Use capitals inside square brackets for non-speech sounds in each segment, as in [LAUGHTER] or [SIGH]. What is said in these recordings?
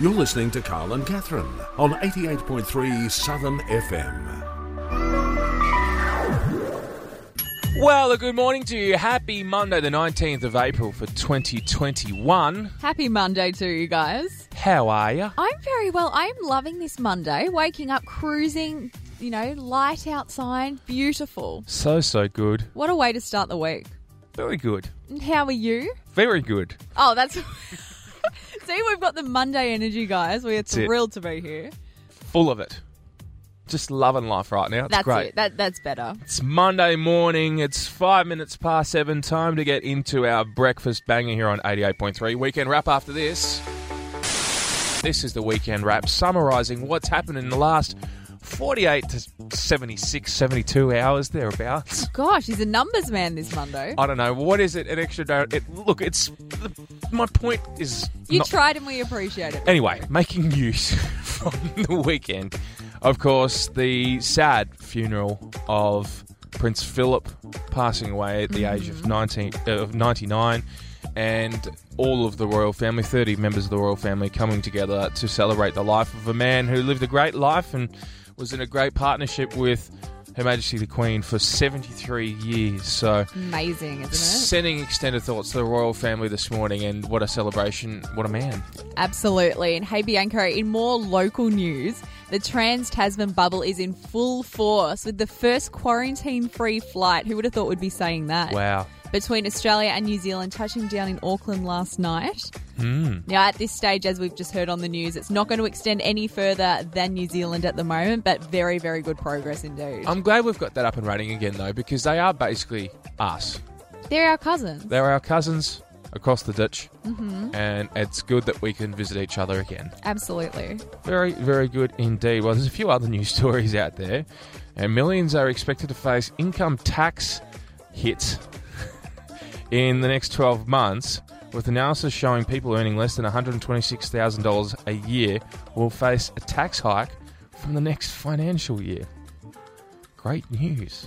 You're listening to Carl and Catherine on 88.3 Southern FM. Well, a good morning to you. Happy Monday, the 19th of April for 2021. Happy Monday to you guys. How are you? I'm very well. I'm loving this Monday. Waking up, cruising, you know, light outside, beautiful. So, so good. What a way to start the week. Very good. And how are you? Very good. Oh, that's. [LAUGHS] See, we've got the Monday energy, guys. We are it. thrilled to be here. Full of it. Just loving life right now. It's that's great. it. That, that's better. It's Monday morning. It's five minutes past seven. Time to get into our breakfast banger here on 88.3. Weekend wrap after this. This is the weekend wrap summarising what's happened in the last 48 to 76, 72 hours thereabouts. Gosh, he's a numbers man this Monday. I don't know. What is it? An extra day? It, look, it's. The, my point is. You not- tried and we appreciate it. Anyway, making news [LAUGHS] from the weekend. Of course, the sad funeral of Prince Philip passing away at the age of 19, uh, of 99 and all of the royal family, 30 members of the royal family coming together to celebrate the life of a man who lived a great life and was in a great partnership with Her Majesty the Queen for 73 years. So Amazing, isn't Sending extended thoughts to the royal family this morning, and what a celebration! What a man! it? Absolutely. And hey, Bianca, in more local news, the Trans Tasman bubble is in full force with the first quarantine free flight. Who would have thought would be saying that? Wow. between Australia and New Zealand touching down in Auckland last night. Now, at this stage, as we've just heard on the news, it's not going to extend any further than New Zealand at the moment, but very, very good progress indeed. I'm glad we've got that up and running again, though, because they are basically us. They're our cousins. They're our cousins across the ditch, mm-hmm. and it's good that we can visit each other again. Absolutely. Very, very good indeed. Well, there's a few other news stories out there, and millions are expected to face income tax hits [LAUGHS] in the next 12 months, with analysis showing people earning less than $126,000 a year will face a tax hike from the next financial year. Great news.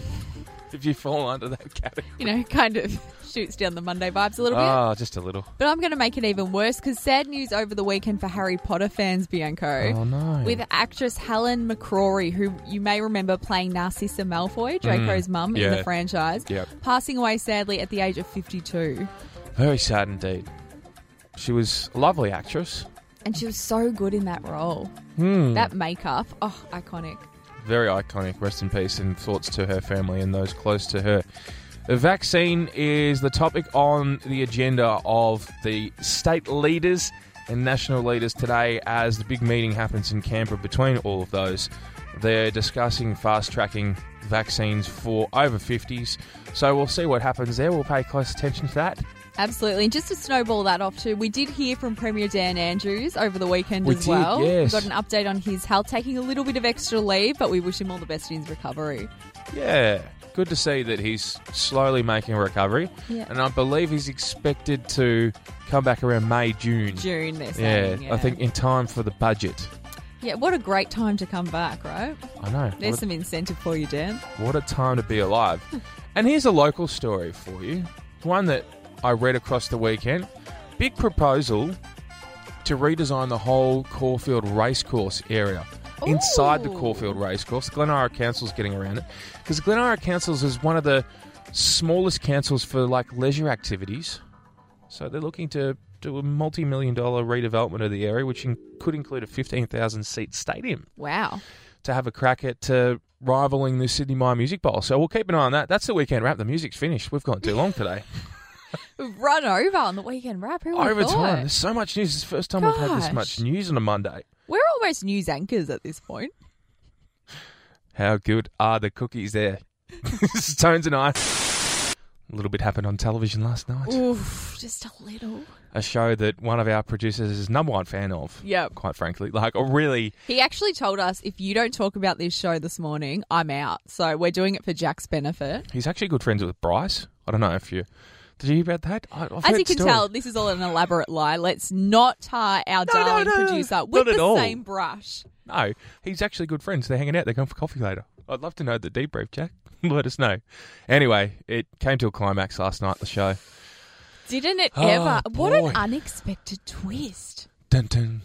If you fall under that category. You know, [LAUGHS] kind of shoots down the Monday vibes a little bit. Oh, just a little. But I'm going to make it even worse because sad news over the weekend for Harry Potter fans, Bianco. Oh, no. With actress Helen McCrory, who you may remember playing Narcissa Malfoy, Draco's mum in Mm, yeah. the franchise, Yep. passing away sadly at the age of 52. Very sad indeed. She was a lovely actress. And she was so good in that role. Hmm. That makeup, oh, iconic. very iconic. Rest in peace and thoughts to her family and those close to her. The vaccine is the topic on the agenda of the state leaders and national leaders today as the big meeting happens in Canberra between all of those. They're discussing fast tracking vaccines for over 50s. So we'll see what happens there. We'll pay close attention to that. Absolutely. And just to snowball that off too, we did hear from Premier Dan Andrews over the weekend We as did, well. yes. We got an update on his health, taking a little bit of extra leave, but we wish him all the best in his recovery. Yeah. Good to see that he's slowly making a recovery. Yeah. And I believe he's expected to come back around May, June. June this. Mm. Yeah, I think in time for the budget. Yeah, what a great time to come back, right? I know. There's What a, some incentive for you, Dan. what a time to be [LAUGHS] alive. and here's a local story for you. One that I read across the weekend. Big proposal to redesign the whole Caulfield racecourse area. Inside the Ooh. Caulfield racecourse, Glenara Council's getting around it because Glenara Council's is one of the smallest councils for like leisure activities. So they're looking to do a multi-million dollar redevelopment of the area, which in- could include a 15,000 seat stadium Wow. to have a crack at uh, rivaling the Sydney Mire Music Bowl. So we'll keep an eye on that. That's the weekend wrap. The music's finished. We've gone too long today. We've run over on the weekend wrap. [LAUGHS] Who would've Over time, thought? there's so much news. It's the first time we've had this Gosh. much news on a Monday. We're almost news anchors at this point. How good are the cookies there? [LAUGHS] Stones and I. A little bit happened on television last night. Oof, just a little. A show that one of our producers is number one fan of. Yep. Quite frankly, like a really He actually told us if you don't talk about this show this morning, I'm out. So we're doing it for Jack's benefit. He's actually good friends with Bryce. I don't know if you did you hear about that. I, I've As heard you can stories. tell, this is all an elaborate lie. Let's not tar our no, darling no, no. producer Not with at the all. same brush. no, he's actually good friends. They're hanging out. They're going for coffee later. I'd love to know the debrief, Jack. [LAUGHS] Let us know. Anyway, it came to a climax last night. The show. Didn't it Oh, ever? What an boy. unexpected twist. Dun dun.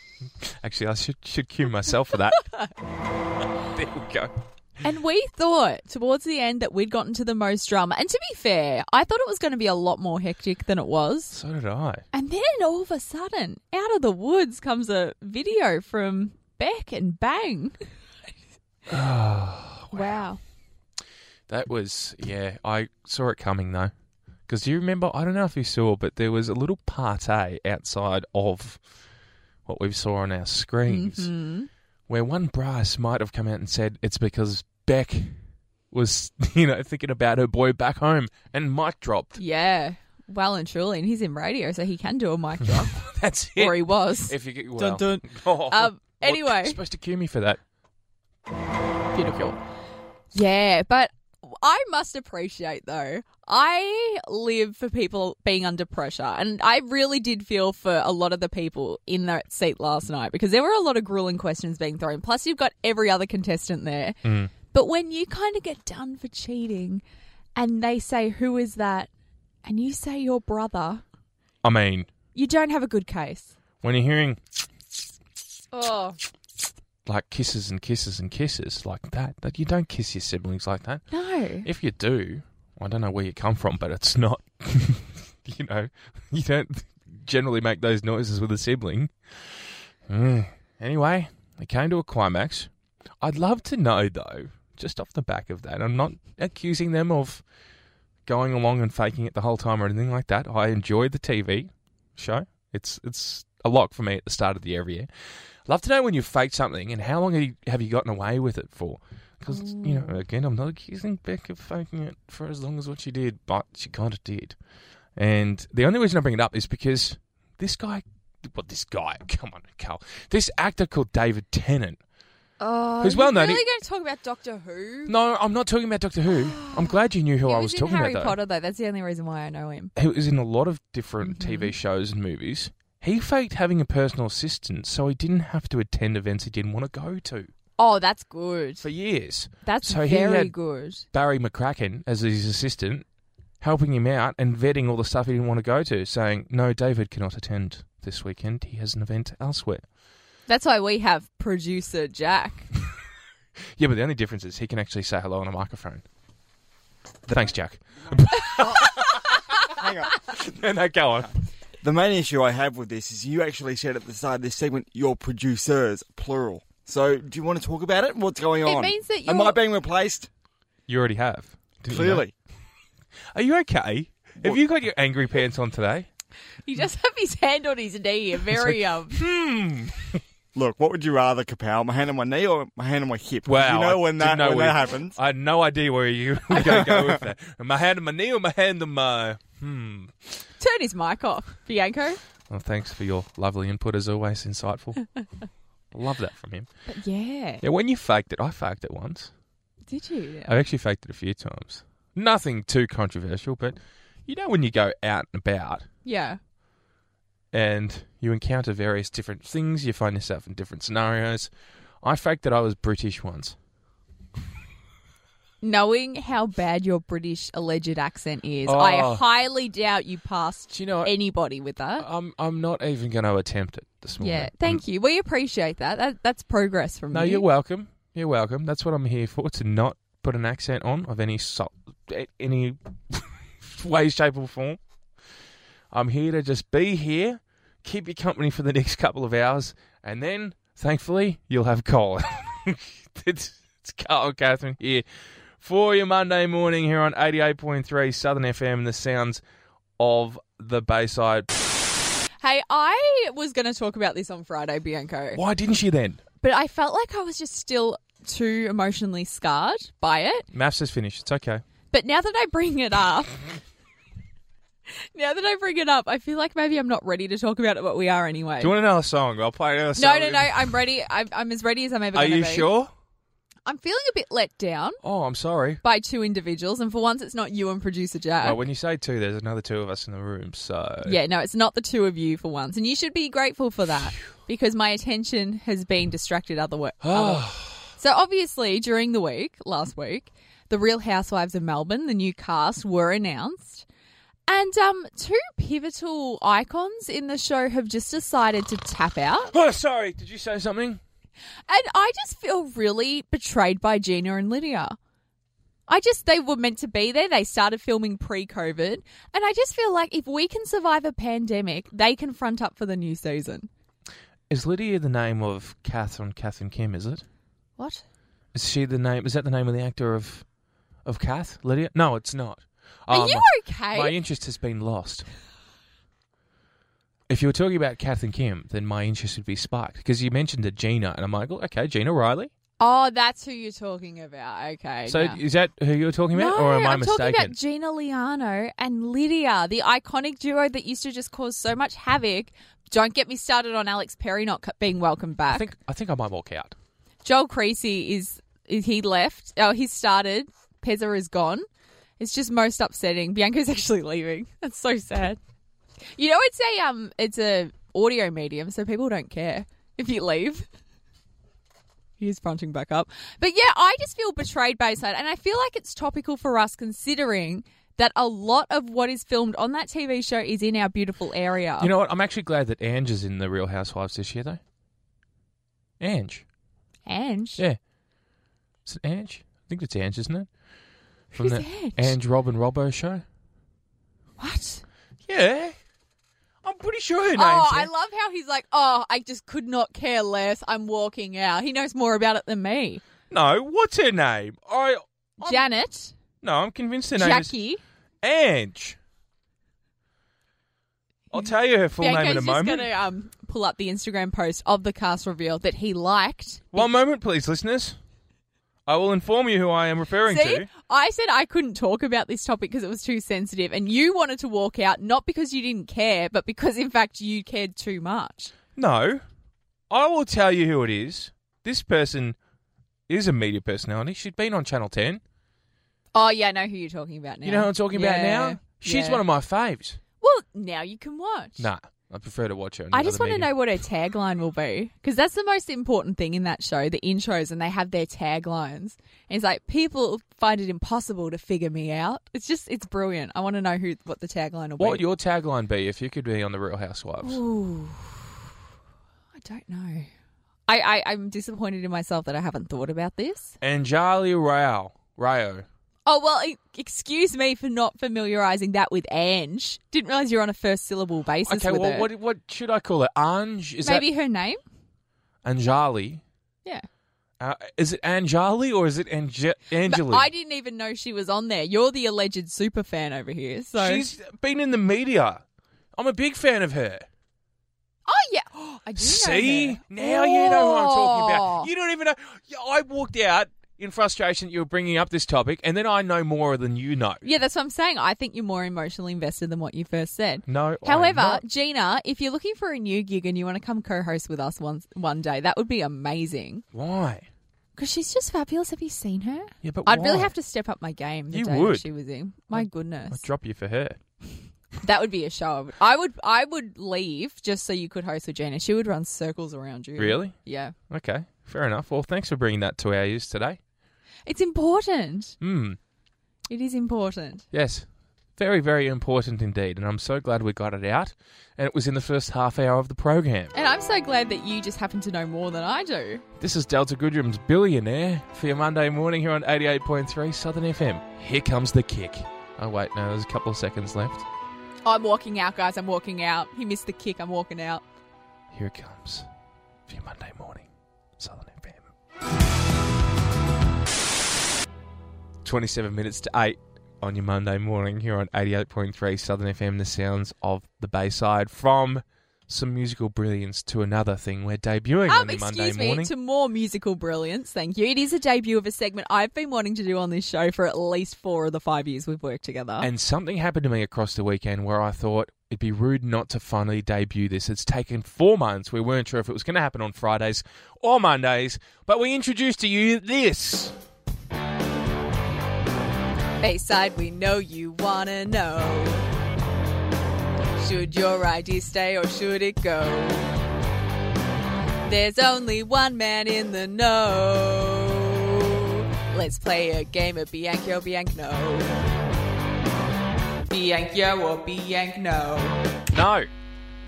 [LAUGHS] Actually, I should should cue myself for that. [LAUGHS] there we go. And we thought towards the end that we'd gotten to the most drama. And to be fair, I thought it was going to be a lot more hectic than it was. So did I. And then all of a sudden, out of the woods comes a video from Beck and Bang. [LAUGHS] wow. That was yeah. I saw it coming though, because do you remember? I don't know if you saw, but there was a little party outside of what we saw on our screens, Mm-hmm. where one brass might have come out and said it's because Beck was [LAUGHS] you know thinking about her boy back home, and mic dropped. Yeah. Well and truly. And he's in radio, so he can do a mic [LAUGHS] drop. That's it. or he was. if you get well, dun. [LAUGHS] Oh, Um, what- anyway. supposed to cue me for that. Beautiful. Yeah, but I must appreciate though. I live for people being under pressure, and I really did feel for a lot of the people in that seat last night because there were a lot of grueling questions being thrown. Plus, you've got every other contestant there. Mm. But when you kind of get done for cheating, and they say, "Who is that?" and you say your brother, I mean, you don't have a good case. when you're hearing Oh like kisses and kisses and kisses like that, that you don't kiss your siblings like that. no! If you do, I don't know where you come from, but it's not. [LAUGHS] you know, [LAUGHS] you don't generally make those noises with a sibling. Mm. Anyway, it came to a climax. I'd love to know, though, just off the back of that, I'm not accusing them of going along and faking it the whole time or anything like that. I enjoyed the TV show. It's it's a lock for me at the start of the every year. Love to know when you faked something and how long have you, have you gotten away with it for? Because you Oh. know, again, I'm not accusing Beck of faking it for as long as what she did, but she kind of did. And the only reason I bring it up is because this guy, well, this guy, [LAUGHS] come on, Carl, this actor called David Tennant. Oh, Who's well known- Really going to talk about Doctor Who? No, I'm not talking about Doctor [GASPS] Who. I'm glad you knew who he I was was in talking Harry about. though. Potter, though. That's the only reason why I know him. He was in a lot of different Mm-hmm. TV shows and movies. He faked having a personal assistant so he didn't have to attend events he didn't want to go to Oh, that's good. for years. That's So he very had- good. Barry McCracken as his assistant, helping him out and vetting all the stuff he didn't want to go to, saying, No, David cannot attend this weekend. He has an event elsewhere. That's why we have producer Jack. [LAUGHS] Yeah, but the only difference is he can actually say hello on a microphone. Thanks, Jack. Hang on. [LAUGHS] no, no, go on. The main issue I have with this is you actually said at the start of this segment, your producers, plural. So, do you want to talk about it? What's going on? means that Am you're- I being replaced? You already have. didn't you know? Clearly. Are you okay? Have you got your angry pants on today? He just have his hand on his [LAUGHS] knee. and Very um. [LAUGHS] Hmm. Look, what would you rather, Kapow? My hand on my knee or my hand on my hip? Wow. You know when I that, didn't know when where- that happens. I had no idea where you [LAUGHS] were going to go with that. My hand on my knee or my hand on my. Hmm. Turn his mic off, Bianco. Well, thanks for your lovely input, as always, [LAUGHS] insightful. Love that from him. But yeah, Yeah, when you faked it, I faked it once. did you? I've actually faked it a few times. Nothing too controversial, but you know when you go out and about Yeah. and you encounter various different things, you find yourself in different scenarios. I faked that I was British once. Knowing how bad your British alleged accent is, I Oh. Uh, highly doubt you passed Do you know? anybody with that. I'm I'm not even going to attempt it this morning. yeah. Thank you. We appreciate that. that that's progress from No, you. you're welcome. You're welcome. That's what I'm here for. To not put an accent on of any so- any [LAUGHS] way, shape, or form. I'm here to just be here, keep you company for the next couple of hours, and then thankfully you'll have Colin. [LAUGHS] it's, it's Carl and Catherine here for your Monday morning here on 88.3 Southern FM and the sounds of the Bayside. Hey, I was going to talk about this on Friday, Bianco. Why didn't you then? but I felt like I was just still too emotionally scarred by it. Maps is finished. It's okay. But now that I bring it up, now that I bring it up, I feel like maybe I'm not ready to talk about it, but we are anyway. Do you want another song? I'll play another no, song. no, no. I'm ready. I'm, I'm as ready as I'm ever Are going to you be. sure? I'm feeling a bit let down Oh, I'm sorry. by two individuals, and for once, it's not you and producer Jack. Well, when you say two, there's another two of us in the room, so Uh, yeah, no, it's not the two of you for once, and you should be grateful for that because my attention has been distracted otherwise. So obviously, during the week, last week, the Real Housewives of Melbourne, the new cast were announced. And um, two pivotal icons in the show have just decided to tap out. Oh, sorry. Did you say something? And I just feel really betrayed by Gina and Lydia. I just, they were meant to be there. They started filming pre COVID. And I just feel like if we can survive a pandemic, they can front up for the new season. Is Lydia the name of Catherine Catherine Kim? Is it? What? Is she the name? Is that the name of the actor of of Kath Lydia? No, it's not. Are Um, you okay? My interest has been lost. If you were talking about Kath and Kim, then my interest would be sparked because you mentioned a Gina, and I'm like, oh, okay, Gina Riley. oh, that's who you're talking about. Okay. So now. is that who you were talking about, no, or am I am mistaken? talking about Gina Liano and Lydia, the iconic duo that used to just cause so much havoc. Don't get me started on Alex Perry not c- being welcomed back. I think I think I might walk out. Joel Creasy is, is he left? Oh, he started. Pezza is gone. It's just most upsetting. Bianca's [LAUGHS] actually leaving. That's so sad. You know, it's a um, it's a audio medium, so people don't care if you leave. He is fronting back up, but yeah, I just feel betrayed by his side, and I feel like it's topical for us considering that a lot of what is filmed on that TV show is in our beautiful area. You know what? I'm actually glad that Ange is in the Real Housewives this year, though. Ange, Ange. yeah, is it Ange? I think it's Ange, isn't it? From Who's the Ange? Ange Rob and Robbo show. What? Yeah, I'm pretty sure her name's. Oh, I Ange. love how he's like, oh, I just could not care less. I'm walking out. He knows more about it than me. no, what's her name? I Oh. Janet, no, I'm convinced her name is Jackie, Ange. I'll tell you her full name in a Bianca's just moment. going to um, pull up the Instagram post of the cast reveal that he liked. One moment, please, listeners. I will inform you who I am referring See, to. I said I couldn't talk about this topic because it was too sensitive, and you wanted to walk out not because you didn't care, but because in fact you cared too much. No, I will tell you who it is. This person is a media personality. She'd been on Channel 10. Oh yeah, I know who you're talking about now. You know who I'm talking about now? She's one of my faves. Well, now you can watch. Nah, I prefer to watch her. on I just another want to medium. know what her tagline will be because that's the most important thing in that show the intros, and they have their taglines. And it's like, people find it impossible to figure me out. It's just, it's brilliant. I want to know who what the tagline will What would be. your tagline be if you could be on The Real Housewives? Ooh, I don't know. I, I, I'm disappointed in myself that I haven't thought about this. Anjali Rao. Rao. Oh, well, e- excuse me for not familiarizing that with Ange. Didn't realize you're on a first syllable basis. Okay, with well, her. what what should I call it? Anj? Is Maybe her name? that Anjali? Yeah. Uh, is it Anjali or is it Ange- But Angeli? I didn't even know she was on there. You're the alleged super fan over here. So She's been in the media. I'm a big fan of her. Oh yeah. [GASPS] I do know See? her. Now you know what I'm talking Oh. about. You don't even know. Yeah, I walked out in frustration that you were bringing up this topic, and then I know more than you know. Yeah, that's what I'm saying. I think you're more emotionally invested than what you first said. No. I'm However, not. Gina, if you're looking for a new gig and you want to come co-host with us one one day, that would be amazing. Why? Because she's just fabulous. Have you seen her? Yeah, but I'd really why? have to step up my game. The You day that would. She was in. My goodness, I'd drop you for her. that would be a show. I would, I would. I would leave just so you could host with Gina. She would run circles around you. Really? Yeah. Okay, fair enough. Well, thanks for bringing that to our ears today. It's important. Hmm. It is important. Yes. Very, very important indeed, and I'm so glad we got it out. And it was in the first half hour of the program. And I'm so glad that you just happen to know more than I do. This is Delta Goodrum's Billionaire for your Monday morning here on 88.3 Southern FM. Here comes the kick. Oh, wait, no, there's a couple of seconds left. I'm walking out, guys. I'm walking out. He missed the kick. I'm walking out. Here it comes for your Monday morning Southern FM. 27 minutes to 8 on your Monday morning here on 88.3 Southern FM, the sounds of the Bayside from some musical brilliance to another thing we're debuting on Um, the excuse Monday me, morning. to more musical brilliance. Thank you. It is a debut of a segment I've been wanting to do on this show for at least four of the five years we've worked together. And something happened to me across the weekend where I thought it'd be rude not to finally debut this. It's taken four months. We weren't sure if it was going to happen on Fridays or Mondays, but we introduced to you this. Bayside, we know you want to know. Should your ID stay or should it go? There's only one man in the know. Let's play a game of Bianco Bianco. Bianc yo or Bianc no. No.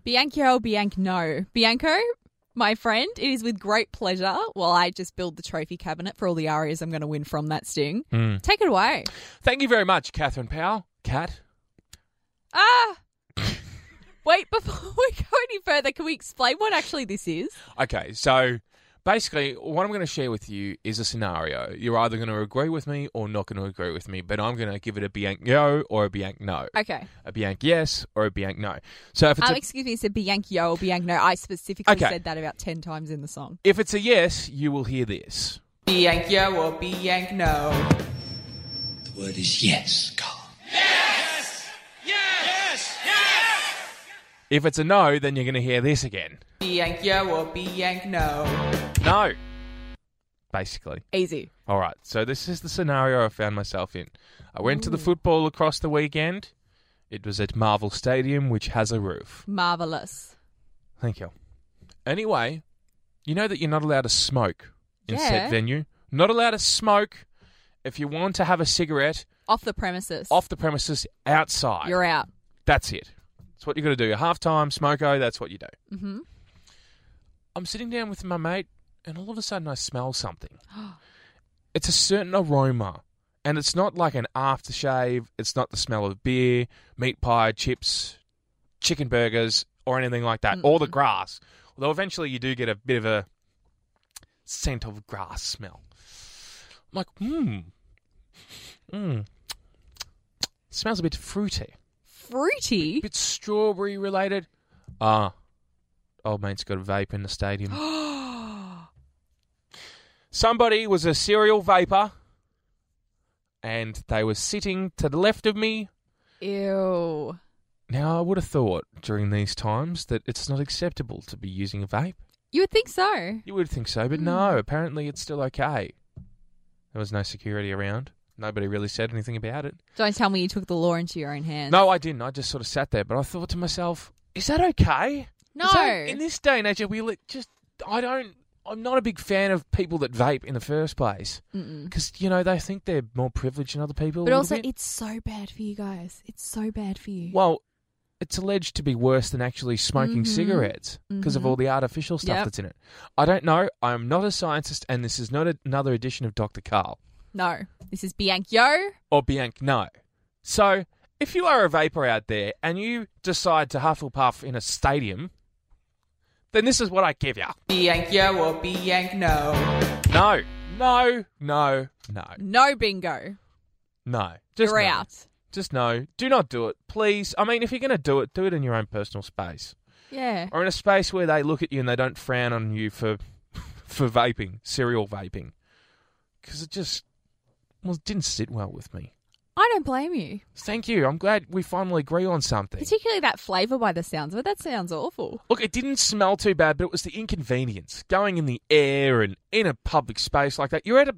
Bianc yo, Bianc no. Bianco, my friend, it is with great pleasure while I just build the trophy cabinet for all the arias I'm going to win from that sting. Take it away. Thank you very much, Catherine Powell. Cat. Ah! Wait, before [LAUGHS] we go any further, can we explain what actually this is? Okay, so basically, what I'm going to share with you is a scenario. You're either going to agree with me or not going to agree with me, but I'm going to give it a Bianc yo or a Bianc no. Okay. A Bianc yes or a Bianc no. So if it's Um, a, excuse me, it's a Bianc yo or Bianc no. I specifically Okay. said that about 10 times in the song. if it's a yes, you will hear this. Bianc yo or Bianc no. The word is yes, Carl. If it's a no, then you're going to hear this again. Bianc yo or Bianc no. No. Basically. Easy. All right. So this is the scenario I found myself in. I went to the football across the weekend. It was at Marvel Stadium, which has a roof. Marvelous. Thank you. Anyway, you know that you're not allowed to smoke in Yeah. said venue. Not allowed to smoke. If you want to have a cigarette Off the premises. off the premises outside, You're out. that's it. That's what you got to do. At halftime, smoko. That's what you do. Mm-hmm. I'm sitting down with my mate, and all of a sudden I smell something. it's a certain aroma, and it's not like an aftershave. It's not the smell of beer, meat pie, chips, chicken burgers, or anything like that, or the grass. Although eventually you do get a bit of a scent of grass smell. I'm like, hmm, hmm, smells a bit fruity [GASPS] Fruity. bit strawberry related. Ah, old mate's got a vape in the [GASPS] stadium. Somebody was a serial vapor, and they were sitting to the left of me. Ew. Now, I would have thought during these times that it's not acceptable to be using a vape. You would think so. You would think so, but no, apparently it's still okay. There was no security around. Nobody really said anything about it. Don't tell me you took the law into your own hands. No, I didn't. I just sort of sat there, but I thought to myself, is that okay? No. So, in this day and age, we li- just I don't. I'm not a big fan of people that vape in the first place Mm-mm. because you know they think they're more privileged than other people. a But little also, bit. it's so bad for you guys. It's so bad for you. well, it's alleged to be worse than actually smoking Mhm. cigarettes because Mhm. of all the artificial stuff Yep. that's in it. I don't know. I'm not a scientist, and this is not a- another edition of Dr. Carl No. This is Bianco. or Bianc. No. So if you are a vapor out there and you decide to Hufflepuff in a stadium, then this is what I give you. Bianco or Bianc no. No, no, no, no, No bingo. no. Just You're no. out. Just no. Do not do it, please. I mean, if you're going to do it, do it in your own personal space Yeah. or in a space where they look at you and they don't frown on you for [LAUGHS] for vaping, serial vaping, because it just well it didn't sit well with me. I don't blame you. Thank you. I'm glad we finally agree on something. Particularly that flavour by the sounds of it. That sounds awful. Look, it didn't smell too bad, but it was the inconvenience going in the air and in a public space like that. You're at a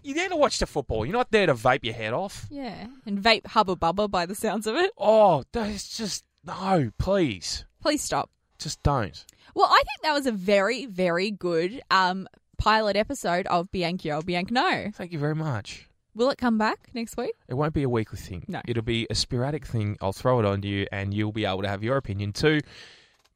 you're there to watch the football. You're not there to vape your head off. Yeah. And vape hubba bubba by the sounds of it. Oh, that is just no, please. Please stop. Just don't. Well, I think that was a very, very good um, pilot episode of Bianco Bianc No. Thank you very much. Will it come back next week? It won't be a weekly thing. No. It'll be a sporadic thing. I'll throw it on to you and you'll be able to have your opinion too.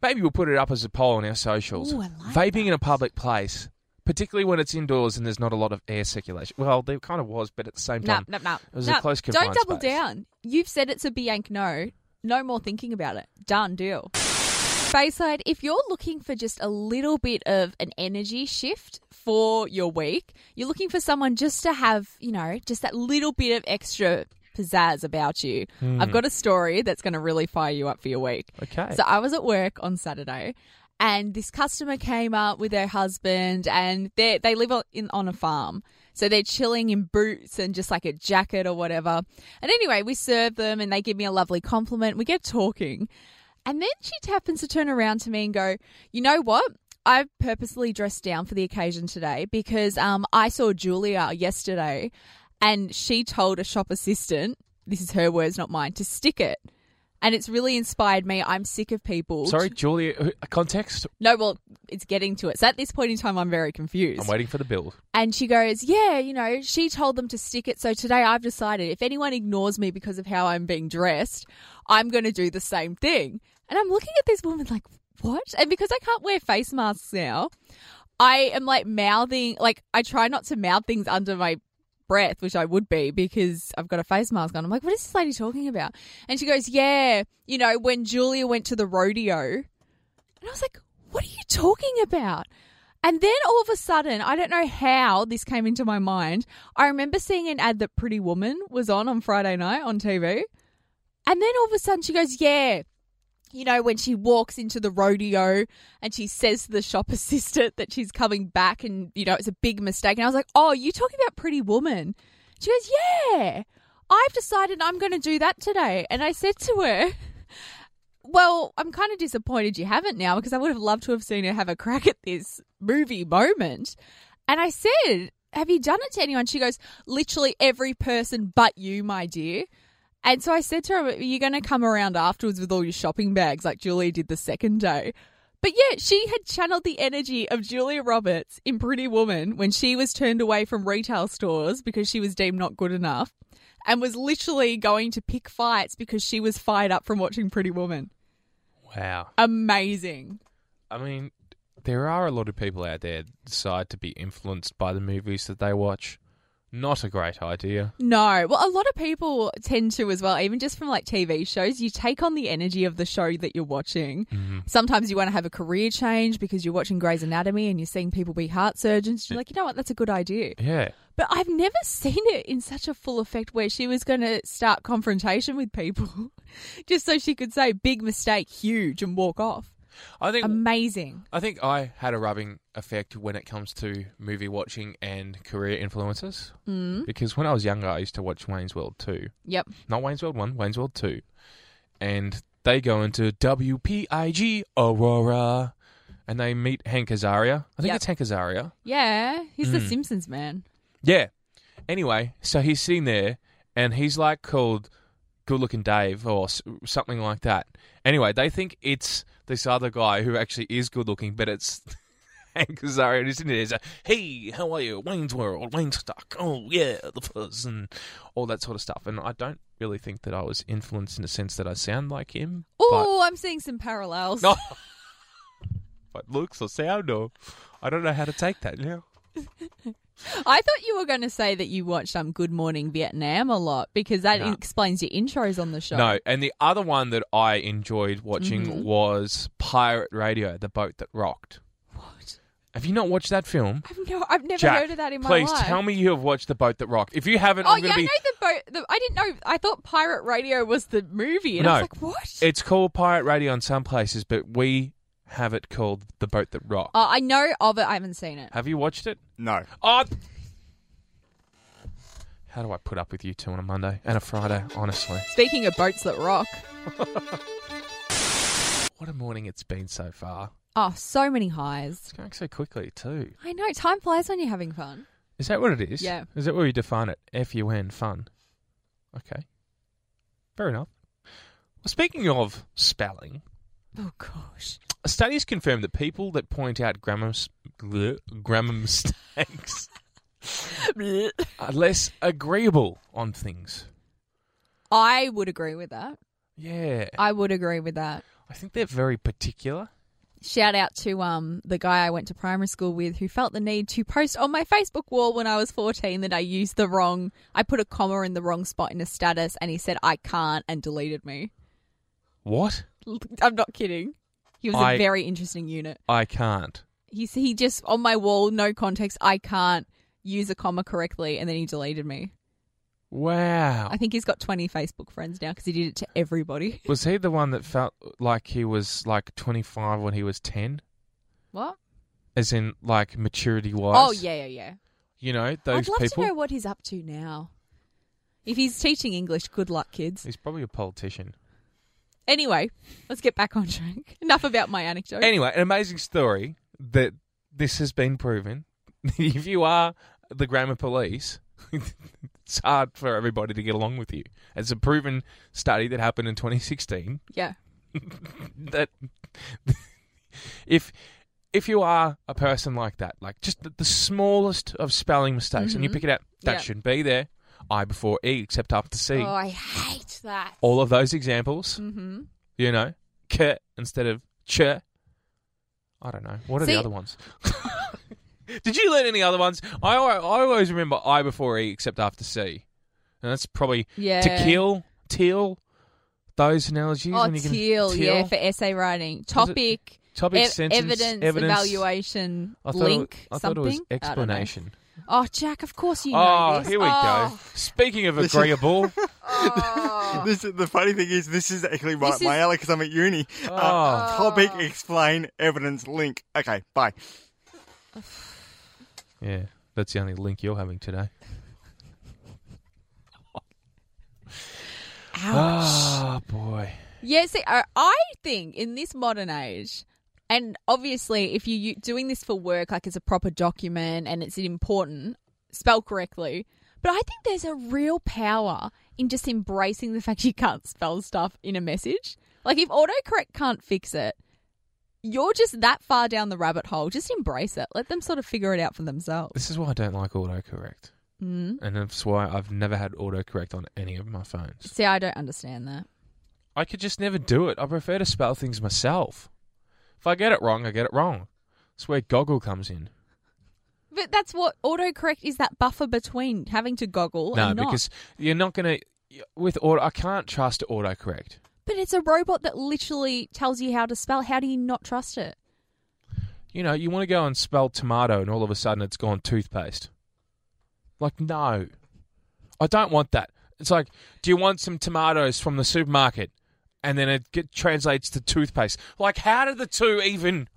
Maybe we'll put it up as a poll on our socials. Ooh, I like Vaping in a public place, particularly when it's indoors and there's not a lot of air circulation. Well, there kind of was, but at the same No, time, no, no. It was a no. close Don't confined double space. down. You've said it's a Bianc no. No more thinking about it. Done deal. Bayside, if you're looking for just a little bit of an energy shift for your week, you're looking for someone just to have, you know, just that little bit of extra pizzazz about you. Hmm. I've got a story that's going to really fire you up for your week. okay. So I was at work on Saturday, and this customer came up with her husband, and they they live on- in on a farm, so they're chilling in boots and just like a jacket or whatever. And anyway, we serve them, and they give me a lovely compliment. We get talking, and then she happens to turn around to me and go, "You know what?" I purposely dressed down for the occasion today because um, I saw Julia yesterday and she told a shop assistant, this is her words, not mine, to stick it. and it's really inspired me. I'm sick of people. Sorry, Julia. who- Context. No, well, it's getting to it. So at this point in time, I'm very confused. I'm waiting for the build. And she goes, Yeah, you know, she told them to stick it. So today I've decided if anyone ignores me because of how I'm being dressed, I'm going to do the same thing. And I'm looking at this woman like, What? And because I can't wear face masks now, I am like mouthing, like, I try not to mouth things under my breath, which I would be because I've got a face mask on. I'm like, What is this lady talking about? And she goes, Yeah, you know, when Julia went to the rodeo, and I was like, what are you talking about? And then all of a sudden, I don't know how this came into my mind. I remember seeing an ad that Pretty Woman was on on Friday night on TV. And then all of a sudden, she goes, yeah. You know, when she walks into the rodeo and she says to the shop [LAUGHS] assistant that she's coming back and, you know, it's a big mistake. And I was like, oh, you talking about Pretty Woman? She goes, yeah, I've decided I'm going to do that today. And I said to her, well, I'm kind of disappointed you haven't now because I would have loved to have seen her have a crack at this movie moment. And I said, Have you done it to anyone? She goes, Literally every person but you, my dear. And so I said to her, Are you going to come around afterwards with all your shopping bags like Julia did the second day? But yeah, she had channeled the energy of Julia Roberts in Pretty Woman when she was turned away from retail stores because she was deemed not good enough and was literally going to pick fights because she was fired up from watching Pretty Woman Wow. amazing. I mean, there are a lot of people out there that decide to be influenced by the movies that they watch. Not a great idea. No, well, a lot of people tend to as well, even just from like TV shows, you take on the energy of the show that you're watching. Mm-hmm. Sometimes you want to have a career change because you're watching Grey's Anatomy and you're seeing people be heart surgeons. You're like, you know what, that's a good idea. Yeah. But I've never [LAUGHS] seen it in such a full effect where she was going to start confrontation with people [LAUGHS] just so she could say, big mistake, huge, and walk off. I think Amazing. I think I had a rubbing effect when it comes to movie watching and career influences. Mm. Because when I was younger, I used to watch Wayne's World 2. Yep. Not Wayne's World 1, Wayne's World 2. And they go into WPIG Aurora and they meet Hank Azaria. I think Yep. it's Hank Azaria. Yeah, he's Mm. the Simpsons man. Yeah. Anyway, so he's sitting there and he's like called Good Looking Dave or s- something like that. Anyway, they think it's this other guy who actually is good looking, but it's [LAUGHS] Hank Azaria. He's in there. He's like, hey, how are you? Wayne's World, Wayne's Stock. Oh, yeah, the fuzz and all that sort of stuff. And I don't really think that I was influenced in the sense that I sound like him. but- Oh, I'm seeing some parallels. no. but looks or sound or I don't know how to take that now. I thought you were going to say that you watched um, Good Morning Vietnam a lot because that No. explains your intros on the show. No, and the other one that I enjoyed watching Mm-hmm. was Pirate Radio, the boat that rocked. What? Have you not watched that film? I've, no, I've never Jack, heard of that in my please life. tell me you have watched the boat that rocked. If you haven't, Oh I'm going yeah, to I be. know the boat. The, I didn't know. I thought Pirate Radio was the movie, and I was No. like, what? It's called Pirate Radio in some places, but we have it called the boat that rocked. oh, I know of it. I haven't seen it. have you watched it? No. Oh. How do I put up with you two on a Monday and a Friday? Honestly, Speaking of boats that rock, what a morning it's been so far. oh, so many highs. It's going so quickly too. I know. Time flies when you're having fun. Is that what it is? Yeah. Is that where you define it? F U N fun. Okay. Fair enough. Well, speaking of spelling, Oh gosh. studies confirm that people that point out grammar s- bleh, grammar [LAUGHS] mistakes are less agreeable on things. I would agree with that. Yeah. I would agree with that. I think they're very particular. Shout out to um the guy I went to primary school with who felt the need to post on my Facebook wall when I was 14 that I used the wrong I put a comma in the wrong spot in a status and he said I can't and deleted me. [LAUGHS] What? I'm not kidding. He was a I- very interesting unit. I can't. He he just on my wall no context I can't use a comma correctly and then he deleted me. Wow. I think he's got 20 Facebook friends now cuz he did it to everybody. Was he the one that felt like he was like 25 when he was 10? What? As in, like, maturity wise? Oh yeah yeah yeah. You know, those I'd love people. to know what he's up to now. If he's teaching English, good luck kids. He's probably a politician. Anyway, let's get back on track. [LAUGHS] Enough about my anecdote. Anyway, an amazing [LAUGHS] story that this has been proven. if you are the grammar police, [LAUGHS] it's hard for everybody to get along with you. It's a proven study that happened in 2016 Yeah. that if if you are a person like that, like just the, the smallest of spelling mistakes, and you pick it out, that Mm-hmm. Yeah. shouldn't be there. I before E, except after C. Oh, I hate that. All of those examples, Mm-hmm. you know, k instead of ch. I don't know. What are See- the other ones? [LAUGHS] Did you learn any other ones? I al- I always remember I before E, except after C, and that's probably Yeah. to kill, teal. Those analogies. Oh, when you can- teal, yeah, teal? for essay writing. Was it Topic, topic, ev- sentence, evidence, evidence. evaluation, I thought it link, was- I thought it something. was I don't know. explanation. Oh, Jack, of course [LAUGHS] you know Oh, this. here we go. Oh, Speaking of Listen. agreeable, This, the funny thing is, this is actually right This up my is- alley because I'm at uni. Uh, Oh. topic, explain, evidence, link. Okay, bye. yeah, that's the only link you're having today. Ouch. Oh boy, Yeah, see, I I think in this modern age, and obviously if you're doing this for work, like it's a proper document and it's important, spell correctly. But I think there's a real power in just embracing the fact [LAUGHS] you can't spell stuff in a message. Like if autocorrect can't fix it, you're just that far down the rabbit hole. Just embrace it. Let them sort of figure it out for themselves. this is why I don't like autocorrect, Mm. and that's why I've never had autocorrect on any of my phones. See, I don't understand that. I could just never do it. I prefer to spell things myself. If I get it wrong, I get it wrong. That's where Goggle comes in. But that's what autocorrect is that buffer between having to goggle no, and not. because you're not gonna with auto. I can't trust autocorrect. But it's a robot that literally tells you how to spell. How do you not trust it? you know, you want to go and spell tomato and all of a sudden it's gone toothpaste. Like, no. I don't want that. It's like, do you want some tomatoes from the supermarket? And then it get, translates to toothpaste. Like, how do the two even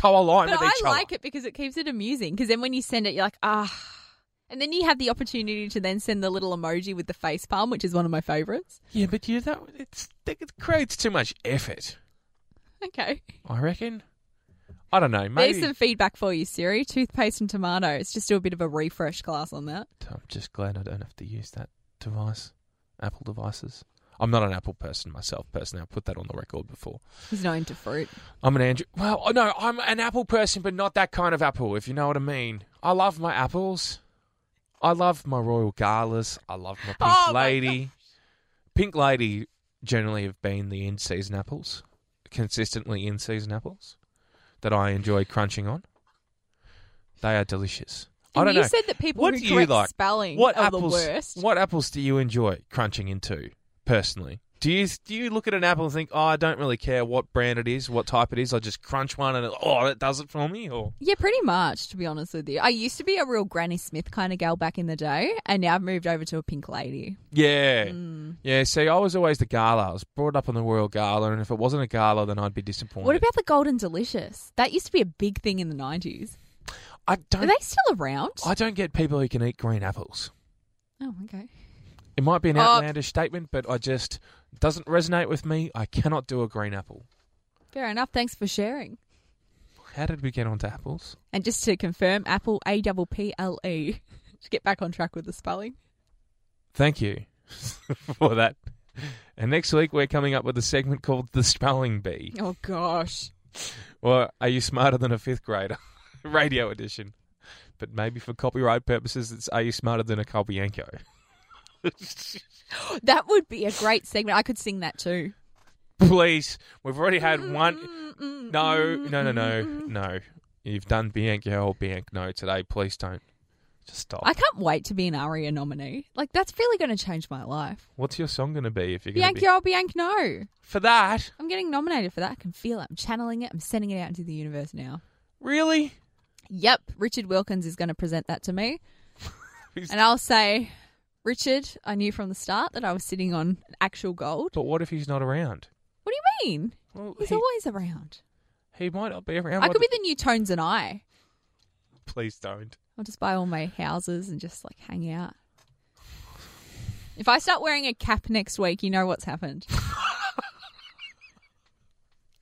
co-align with but I each other? like it because it keeps it amusing. Because then when you send it, you're like, ah. And then you have the opportunity to then send the little emoji with the face palm, which is one of my favorites. Yeah, but you that it's, it creates too much effort. Okay. I reckon. I don't know. Maybe There's some feedback for you, Siri. Toothpaste and tomatoes. Just do a bit of a refresh class on that. I'm just glad I don't have to use that device, Apple devices. I'm not an Apple person myself. Personally, I put that on the record before. He's not into fruit. I'm an Andrew. Well, oh, no, I'm an apple person, but not that kind of apple, if you know what I mean. I love my apples. I love my royal galas. I love my pink Oh, my lady. pink lady generally have been the in season apples, consistently in season apples that I enjoy crunching on. They are delicious. I And don't you know. said that people what who do you correct like? spelling what are the apples, worst. What apples do you enjoy crunching into personally? Do you do you look at an apple and think, oh, I don't really care what brand it is, what type it is. I just crunch one and oh, that does it for me. Or Yeah, pretty much, to be honest with you. I used to be a real Granny Smith kind of gal back in the day, and now I've moved over to a pink lady. yeah, Hmm. yeah. See, I was always the gala. I was brought up on the royal gala, and if it wasn't a gala, then I'd be disappointed. What about the Golden Delicious? That used to be a big thing in the 90s. I Are don't. they still around? I don't get people who can eat green apples. oh, okay. It might be an Oh. outlandish statement, but I just it doesn't resonate with me. I cannot do a green apple. Fair enough. Thanks for sharing. How did we get onto apples? And just to confirm, Apple A double P L E. [LAUGHS] To get back on track with the spelling. Thank you [LAUGHS] for that. And next week we're coming up with a segment called the spelling bee, Oh, gosh. or are you smarter than a fifth grader? [LAUGHS] Radio edition. But maybe for copyright purposes, it's are you smarter than a Kolbienko? That would be a great segment. I could sing that too. [LAUGHS] Please, we've already had one. No, no, no, no, no. You've done Bianco or Bianco today. Please don't. Just stop. I can't wait to be an ARIA nominee. Like, that's really going to change my life. What's your song going to be if you're going to Bianca, be oh, Bianca, no. for that? I'm getting nominated for that. I can feel it. I'm channeling it. I'm sending it out into the universe now. Really? Yep. Richard Wilkins is going to present that [LAUGHS] to me. And I'll say, Richard, I knew from the start that I was sitting on actual gold. But what if he's not around? What do you mean? Well, He's he, always around. he might not be around. by I could the- be the new Tones and I. Please don't. I'll just buy all my houses and just like hang out. If I start wearing a cap next week, you know [LAUGHS] what's happened.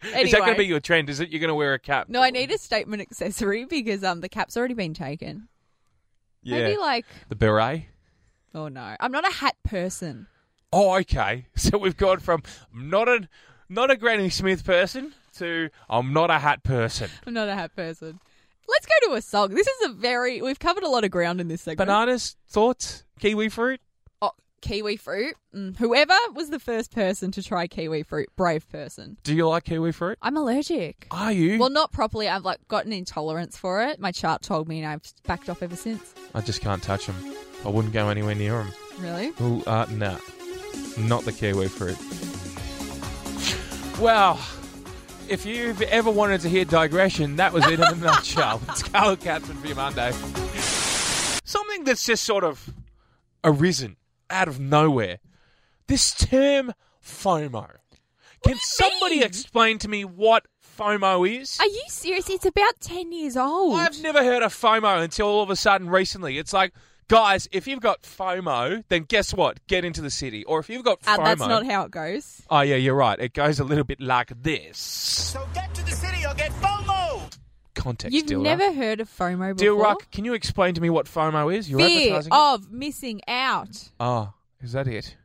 anyway, Is that going to be your trend? Is it you're going to wear a cap? no, I need a statement accessory because um the cap's already been taken. Yeah. Maybe like the beret. Oh no, I'm not a hat person. Oh, okay. [LAUGHS] So we've gone from not a not a Granny Smith person to I'm not a hat person. I'm not a hat person. Let's go to a song. This is a very we've covered a lot of ground in this segment. Bananas, thoughts, kiwi fruit. oh, kiwi fruit. Mm, whoever was the first person to try kiwi fruit, brave person. Do you like kiwi fruit? I'm allergic. Are you? Well, not properly. I've like got an intolerance for it. My chart told me, and I've backed off ever since. I just can't touch them. I wouldn't go anywhere near them. Really? Ooh, uh, nah. Not the kiwi fruit. Well, if you've ever wanted to hear digression, that was it in a nutshell. It's Carl Catherine for your Monday. Something that's just sort of arisen out of nowhere. This term FOMO. Can somebody mean? explain to me what FOMO is? Are you serious? It's about ten years old. I've never heard of FOMO until all of a sudden recently. It's like, guys, if you've got FOMO, then guess what? Get into the city. Or if you've got Uh, FOMO, that's not how it goes. oh yeah, you're right. It goes a little bit like this. So get to the city or get FOMO! Context. You've Dil never Ruck. heard of FOMO Dil before. Ruck, can you explain to me what FOMO is? You're Fear Oh. advertising. it? of missing out. Oh, is that it?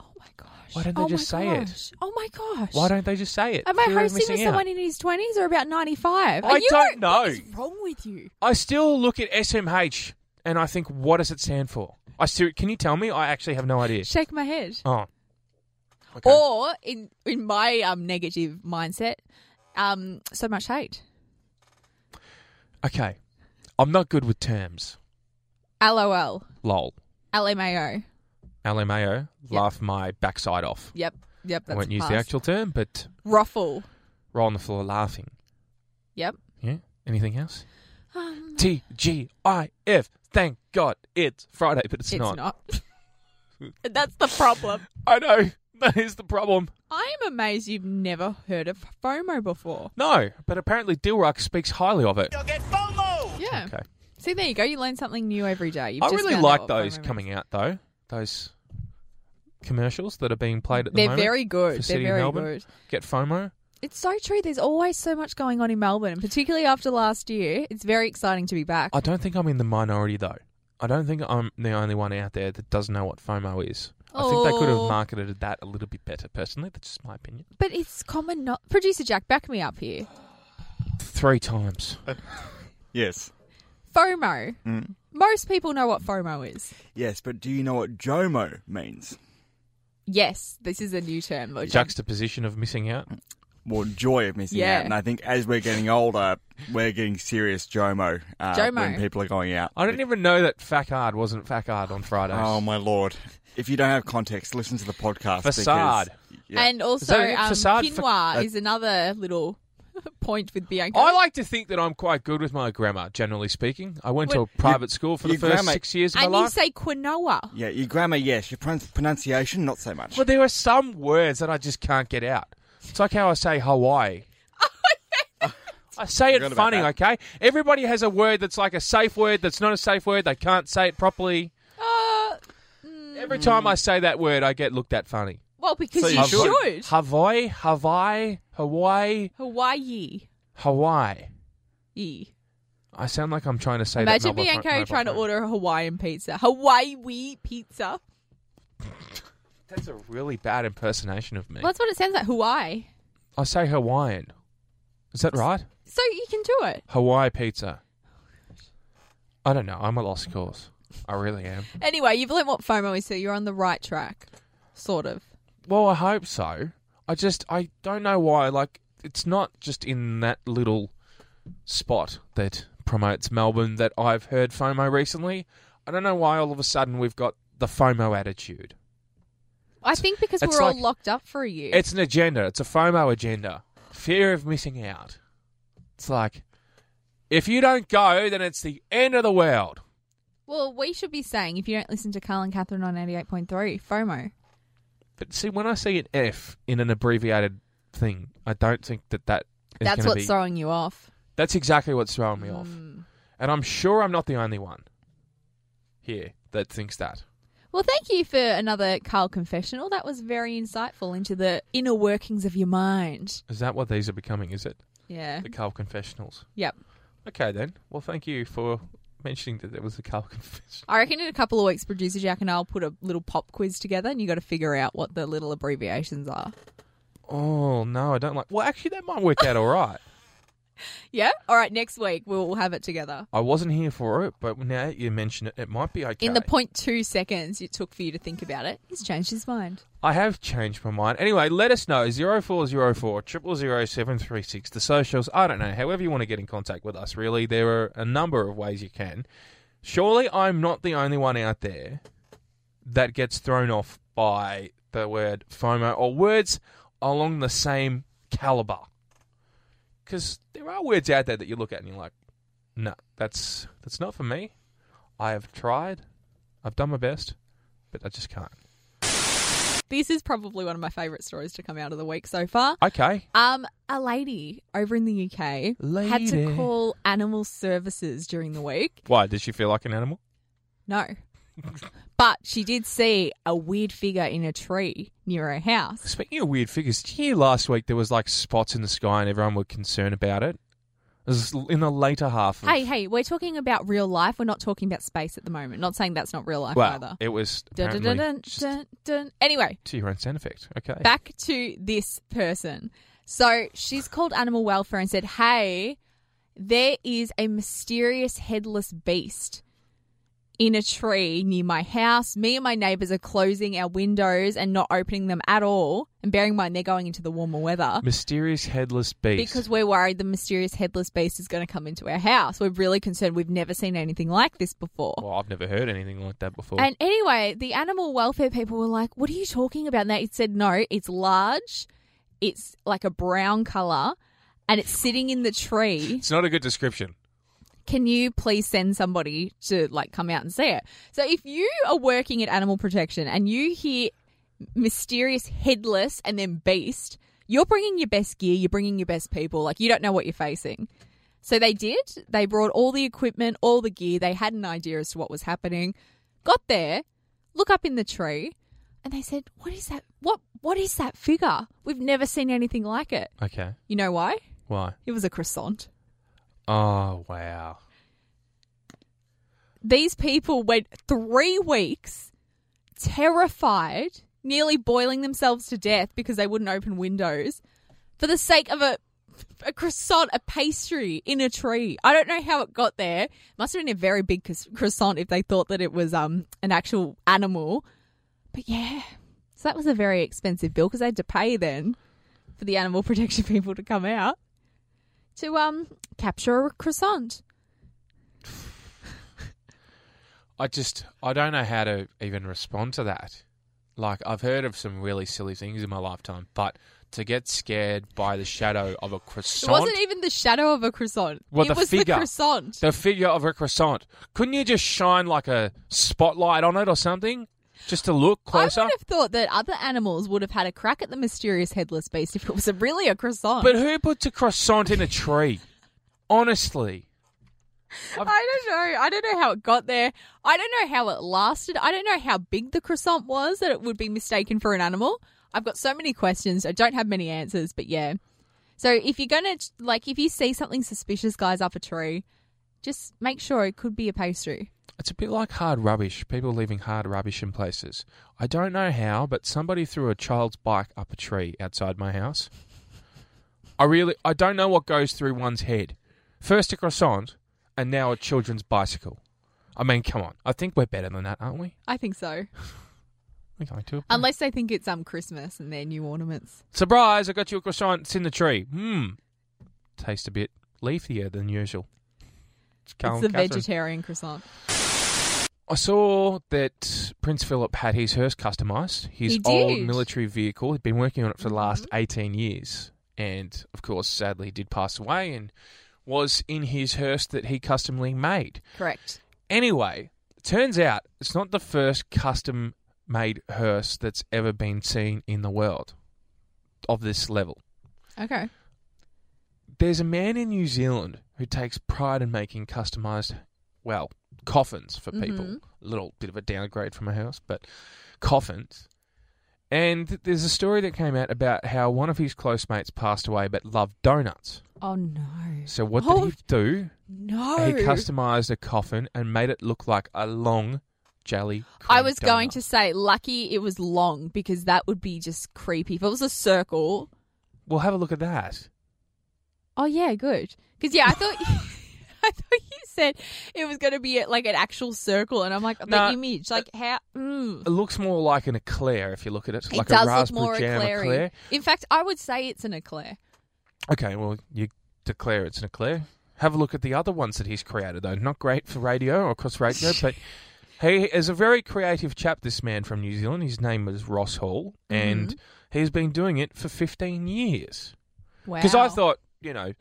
Oh my gosh. Why don't they Oh my just say it? gosh. Oh my gosh. Why don't they just say it? Am I Fear of hosting missing with out. someone in his twenties or about ninety-five? I Are you- don't know. What is wrong with you? I still look at SMH and I think, what does it stand for? I still, can you tell me? I actually have no idea. Shake my head. Oh. Okay. Or in in my um, negative mindset, um, so much hate. Okay. I'm not good with terms. LOL. Lol. LMAO. LMAO. Laugh my backside off. Yep. Yep. That's I won't use the passed. actual term, but Ruffle. roll on the floor laughing. Yep. Yeah. Anything else? Um, T G I F. Thank God it's Friday, but it's, It's not. [LAUGHS] That's the problem. I know. [LAUGHS] That is the problem. I am amazed you've never heard of FOMO before. No, but apparently Dilruck speaks highly of it. Or get FOMO! Yeah. Okay. See, there you go. You learn something new every day. You've I just really found like out what those FOMO coming out though. Those commercials that are being played at is. the They're moment. very for good. They're City very Melbourne. good. Get FOMO. It's so true. There's always so much going on in Melbourne, and particularly after last year, it's very exciting to be back. I don't think I'm in the minority though. I don't think I'm the only one out there that doesn't know what FOMO is. I think they could have Oh. marketed that a little bit better. Personally, that's just my opinion. But it's common not. Producer Jack, back me up here. Three times. Yes. FOMO. Mm. Most people know what FOMO is. Yes, but do you know what JOMO means? Yes, this is a new term. Lojin. Juxtaposition of missing out. Well, joy of missing Yeah. out. And I think as we're getting older, we're getting serious JOMO, uh, JOMO. when people are going out. I didn't even know that Facard wasn't Facard on Fridays. Oh my lord! If you don't have context, listen to the podcast. because- Facade. Yeah. And also, that it? um, Facade quinoa for- is another little [LAUGHS] point with Bianca. I like to think that I'm quite good with my grammar, generally speaking. I went to Well- a private school for the your first grammar- six years of and my you life. say quinoa. yeah, your grammar, yes. Your pron- pronunciation, not so much. well, there are some words that I just can't get out. It's like how I say [LAUGHS] Hawaii. I say it Forgot about funny, okay? Everybody has a word that's like a safe word that's not a safe word. They can't say it properly. Uh, Every time I say that word, I get looked at funny. well, because So you, you should. should. Hawaii, Hawaii, Hawaii, Hawaii. Hawaii. Yee. I sound like I'm trying to say Imagine that. mobile Bianca phone- mobile trying to phone. order a Hawaiian pizza. Hawaii pizza. That's a really bad impersonation of me. Well, that's what it sounds like. Hawaii. I say Hawaiian. Is that right? So you can do it. Hawaii pizza. I don't know. I'm a lost cause. I really am. Anyway, you've learned what FOMO is, so you're on the right track. Sort of. Well, I hope so. I just I don't know why. Like it's not just in that little spot that promotes Melbourne that I've heard FOMO recently. I don't know why all of a sudden we've got the FOMO attitude. I think because it's we're all like- locked up for a year. It's an agenda. It's a FOMO agenda. Fear of missing out. It's like if you don't go, then it's the end of the world. well, we should be saying if you don't listen to Carl and Catherine on 88.3, FOMO. But see, when I see an F in an abbreviated thing, I don't think that that is That's gonna what's Hmm. be- throwing you off. That's exactly what's throwing me off, and I'm sure I'm not the only one here that thinks that. Well, thank you for another Carl confessional. That was very insightful into the inner workings of your mind. Is that what these are becoming? Is it Yeah. the Carl confessionals? Yep. Okay, then. Well, thank you for mentioning that there was a Carl [LAUGHS] confession. I reckon in a couple of weeks, producer Jack and I'll put a little pop quiz together, and you got to figure out what the little abbreviations are. Oh no, I don't like. Well, actually, that might work out all right. Yeah. All right. Next week we'll have it together. I wasn't here for it, but now that you mention it, it might be okay. In the point two seconds it took for you to think about it, he's changed his mind. I have changed my mind. Anyway, let us know 0404 000 736, the socials. I don't know. However, you want to get in contact with us, really. There are a number of ways you can. Surely I'm not the only one out there that gets thrown off by the word FOMO or words along the same caliber. Because there are words out there that you look at and you're like, no, that's that's not for me. I have tried, I've done my best, but I just can't. This is probably one of my favourite stories to come out of the week so far. Okay. Um, a lady over in the UK had Lady. to call animal services during the week. Why? Did she feel like an animal? No. but she did see a weird figure in a tree near her house. Speaking of weird figures, did you hear last week there was like spots in the sky and everyone were concerned about it? It was in the later half of Hey, hey, we're talking about real life. We're not talking about space at the moment. Not saying that's not real life well, either. it was Dun, dun, apparently dun, just dun, dun. Anyway, to your own sound effect. Okay. back to this person. So she's called animal welfare and said, Hey, there is a mysterious headless beast in a tree near my house. Me and my neighbours are closing our windows and not opening them at all. And bearing in mind, they're going into the warmer weather. Mysterious headless beast. Because we're worried the mysterious headless beast is going to come into our house. We're really concerned. We've never seen anything like this before. well, I've never heard anything like that before. And anyway, the animal welfare people were like, "What are you talking about?" And they said, "No, it's large. It's like a brown color, and it's sitting in the tree. it's not a good description. Can you please send somebody to like come out and see it?" So if you are working at animal protection and you hear mysterious headless and then beast, you're bringing your best gear, you're bringing your best people. Like you don't know what you're facing. So they did. They brought all the equipment, all the gear. They had an idea as to what was happening. Got there, look up in the tree, and they said, "What is that? What what is that figure? We've never seen anything like it." Okay. You know why? Why? It was a croissant. Oh, wow. These people went 3 weeks terrified, nearly boiling themselves to death because they wouldn't open windows for the sake of a a croissant, a pastry in a tree. I don't know how it got there. Must have been a very big cros- croissant if they thought that it was um an actual animal. But yeah, so that was a very expensive bill because they had to pay then for the animal [LAUGHS] protection people to come out to um capture a croissant. I just I don't know how to even respond to that. Like I've heard of some really silly things in my lifetime, but to get scared by the shadow of a It croissant, wasn't even the shadow of a croissant. Well, it the was figure. the croissant. the figure of a croissant. Couldn't you just shine like a spotlight on it or something, just to look I closer? would have thought that other animals would have had a crack at the mysterious headless beast if it was a, really a croissant. But who puts a croissant in a tree? Honestly, I don't know. I don't know how it got there. I don't know how it lasted. I don't know how big the croissant was that it would be mistaken for an animal. I've got so many questions. I don't have many answers, but yeah. So if you're going to, like, if you see something suspicious, guys, up a tree, just make sure it could be a pastry. it's a bit like hard rubbish. People leaving hard rubbish in places. I don't know how, but somebody threw a child's bike up a tree outside my house. I really I don't know what goes through one's head. First a croissant, and now a children's bicycle. I mean, come on. I think we're better than that, aren't we? I think [LAUGHS] so. We're going to. a- Unless they think it's um Christmas and they're new ornaments. Surprise! I got you a croissant. It's in the tree. Hmm. Tastes a bit leafier than usual. Carl it's the and Catherine. vegetarian croissant. I saw that Prince Philip had his hearse customised, his He old did. Mm-hmm. military vehicle. He'd been working on it for the last 18 years. And, of course, sadly, he did pass away and was in his hearse that he customly made. Correct. Anyway, turns out it's not the first custom made hearse that's ever been seen in the world of this level. Okay. There's a man in New Zealand who takes pride in making customized, well, coffins for people. Mhm. A little bit of a downgrade from a house, but coffins. And there's a story that came out about how one of his close mates passed away but loved donuts. Oh no. So what oh, did he do? No. He customized a coffin and made it look like a long jelly. I cream was going donut. to say lucky it was long because that would be just creepy. If it was a circle, Well, have a look at that. oh yeah, good. Because yeah, I thought [LAUGHS] I thought you said it was going to be like an actual circle, and I'm like Nah. uh, the image, like how. Mm. It looks more like an eclair if you look at it, like it does a look raspberry more jam eclair-y. In fact, I would say it's an eclair. Okay, well, you declare it's an eclair. Have a look at the other ones that he's created, though. Not great for radio or cross [LAUGHS] radio, but he is a very creative chap, this man from New Zealand. His name is Ross Hall, Mm-hmm. and he's been doing it for 15 years. Wow. Because I thought, you know,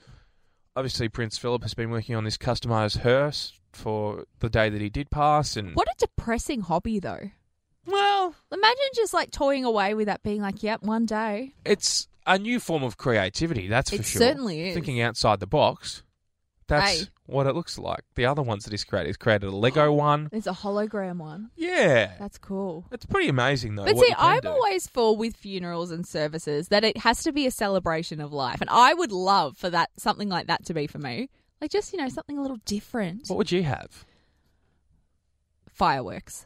obviously Prince Philip has been working on this customized hearse for the day that he did pass, and what a depressing hobby, though. well, Imagine just like toying away with that, being like, "Yep, one day." it's a new form of creativity, that's for It sure. certainly is. Thinking outside the box, that's Aye. what it looks like. The other ones that he's created, he's created a [GASPS] Lego one. There's a hologram one. Yeah. That's cool. It's pretty amazing, though. But what see, you can I'm do. always for with funerals and services that it has to be a celebration of life, and I would love for that something like that to be for me, like just you know something a little different. What would you have? Fireworks.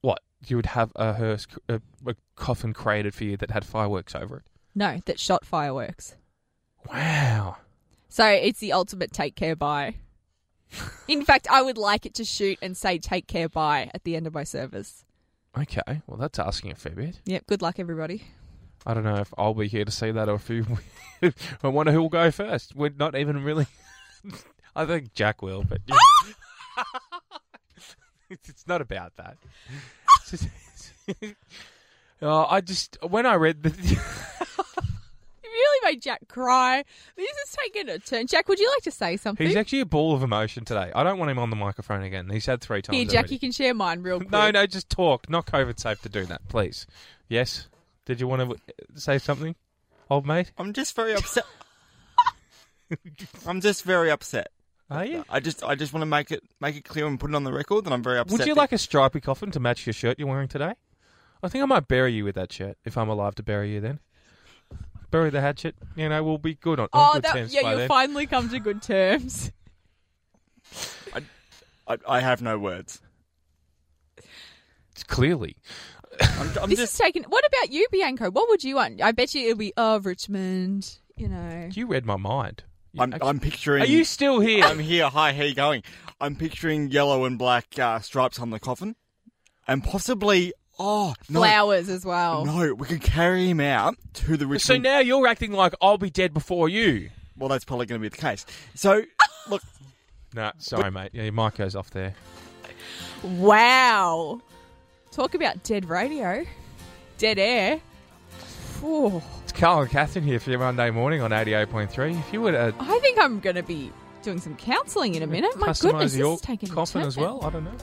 What? You would have a hearse, a, a coffin created for you that had fireworks over it. No, that shot fireworks. Wow. So it's the ultimate take [LAUGHS] care bye. In fact, I would like it to shoot and say take care bye at the end of my service. Okay. Well, that's asking a fair bit. Yep, good luck everybody. I don't know if I'll be here to see that or if you. [LAUGHS] I wonder who will go first. We're not even really. [LAUGHS] I think Jack will, but. you know. [LAUGHS] it's it's not about that. [LAUGHS] It's just- Oh, I just when I read [LAUGHS] the. You really made Jack cry. This is taking a turn. Jack, would you like to say something? He's actually a ball of emotion today. I don't want him on the microphone again. He's had three times. Here, Jack, already. you can share mine real quick. [LAUGHS] No, no, just talk. Not COVID safe to do that, please. Yes. Did you want to say something, old mate? I'm just [LAUGHS] very upset. I'm just very upset. Are you? I just I just want to make it make it clear and put it on the record that I'm very upset. Would you that- like a stripy coffin to match your shirt you're wearing today? I think I might bury you with that shirt if I'm alive to bury you. Then bury the hatchet. You know, we'll be good on, on Oh, good that, terms yeah, by you'll then. finally come to good terms. I, I have no words. Clearly, I'm, I'm this just is taken. What about you, Bianco? What would you want? I bet you it'll be oh Richmond. You know, you read my mind. You I'm, actu- I'm picturing. Are you still here? I'm here. Hi, how you going? I'm picturing yellow and black uh, stripes on the coffin, and possibly oh no, flowers as well. no, we could carry him out to the so Richmond. now you're acting like I'll be dead before you. well, that's probably going to be the case. [LAUGHS] So look, No, sorry, mate. Yeah, your mic goes off there. Wow, talk about dead radio, dead air. Phew. It's Carl and Catherine here for your Monday morning on 88.3. If you were to I think I'm going to be doing some counselling in a minute. My customise goodness, this your is taking a coffin as turn. well, I don't know.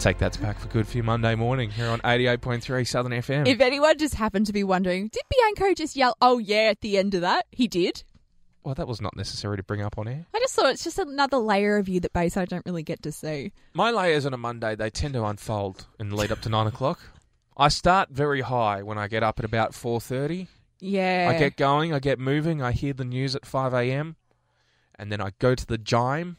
Take that back for good for your Monday morning here on 88.3 Southern FM. If anyone just happened to be wondering, did Bianco just yell "Oh yeah" at the end of that? He did. well, that was not necessary to bring up on air. I just thought it's just another layer of you that base I don't really get to see. My layers on a Monday, they tend to unfold and lead up to 9 o'clock. I start very high when I get up at about 4.30. Yeah, I get going, I get moving, I hear the news at 5 a.m. And then I go to the gym.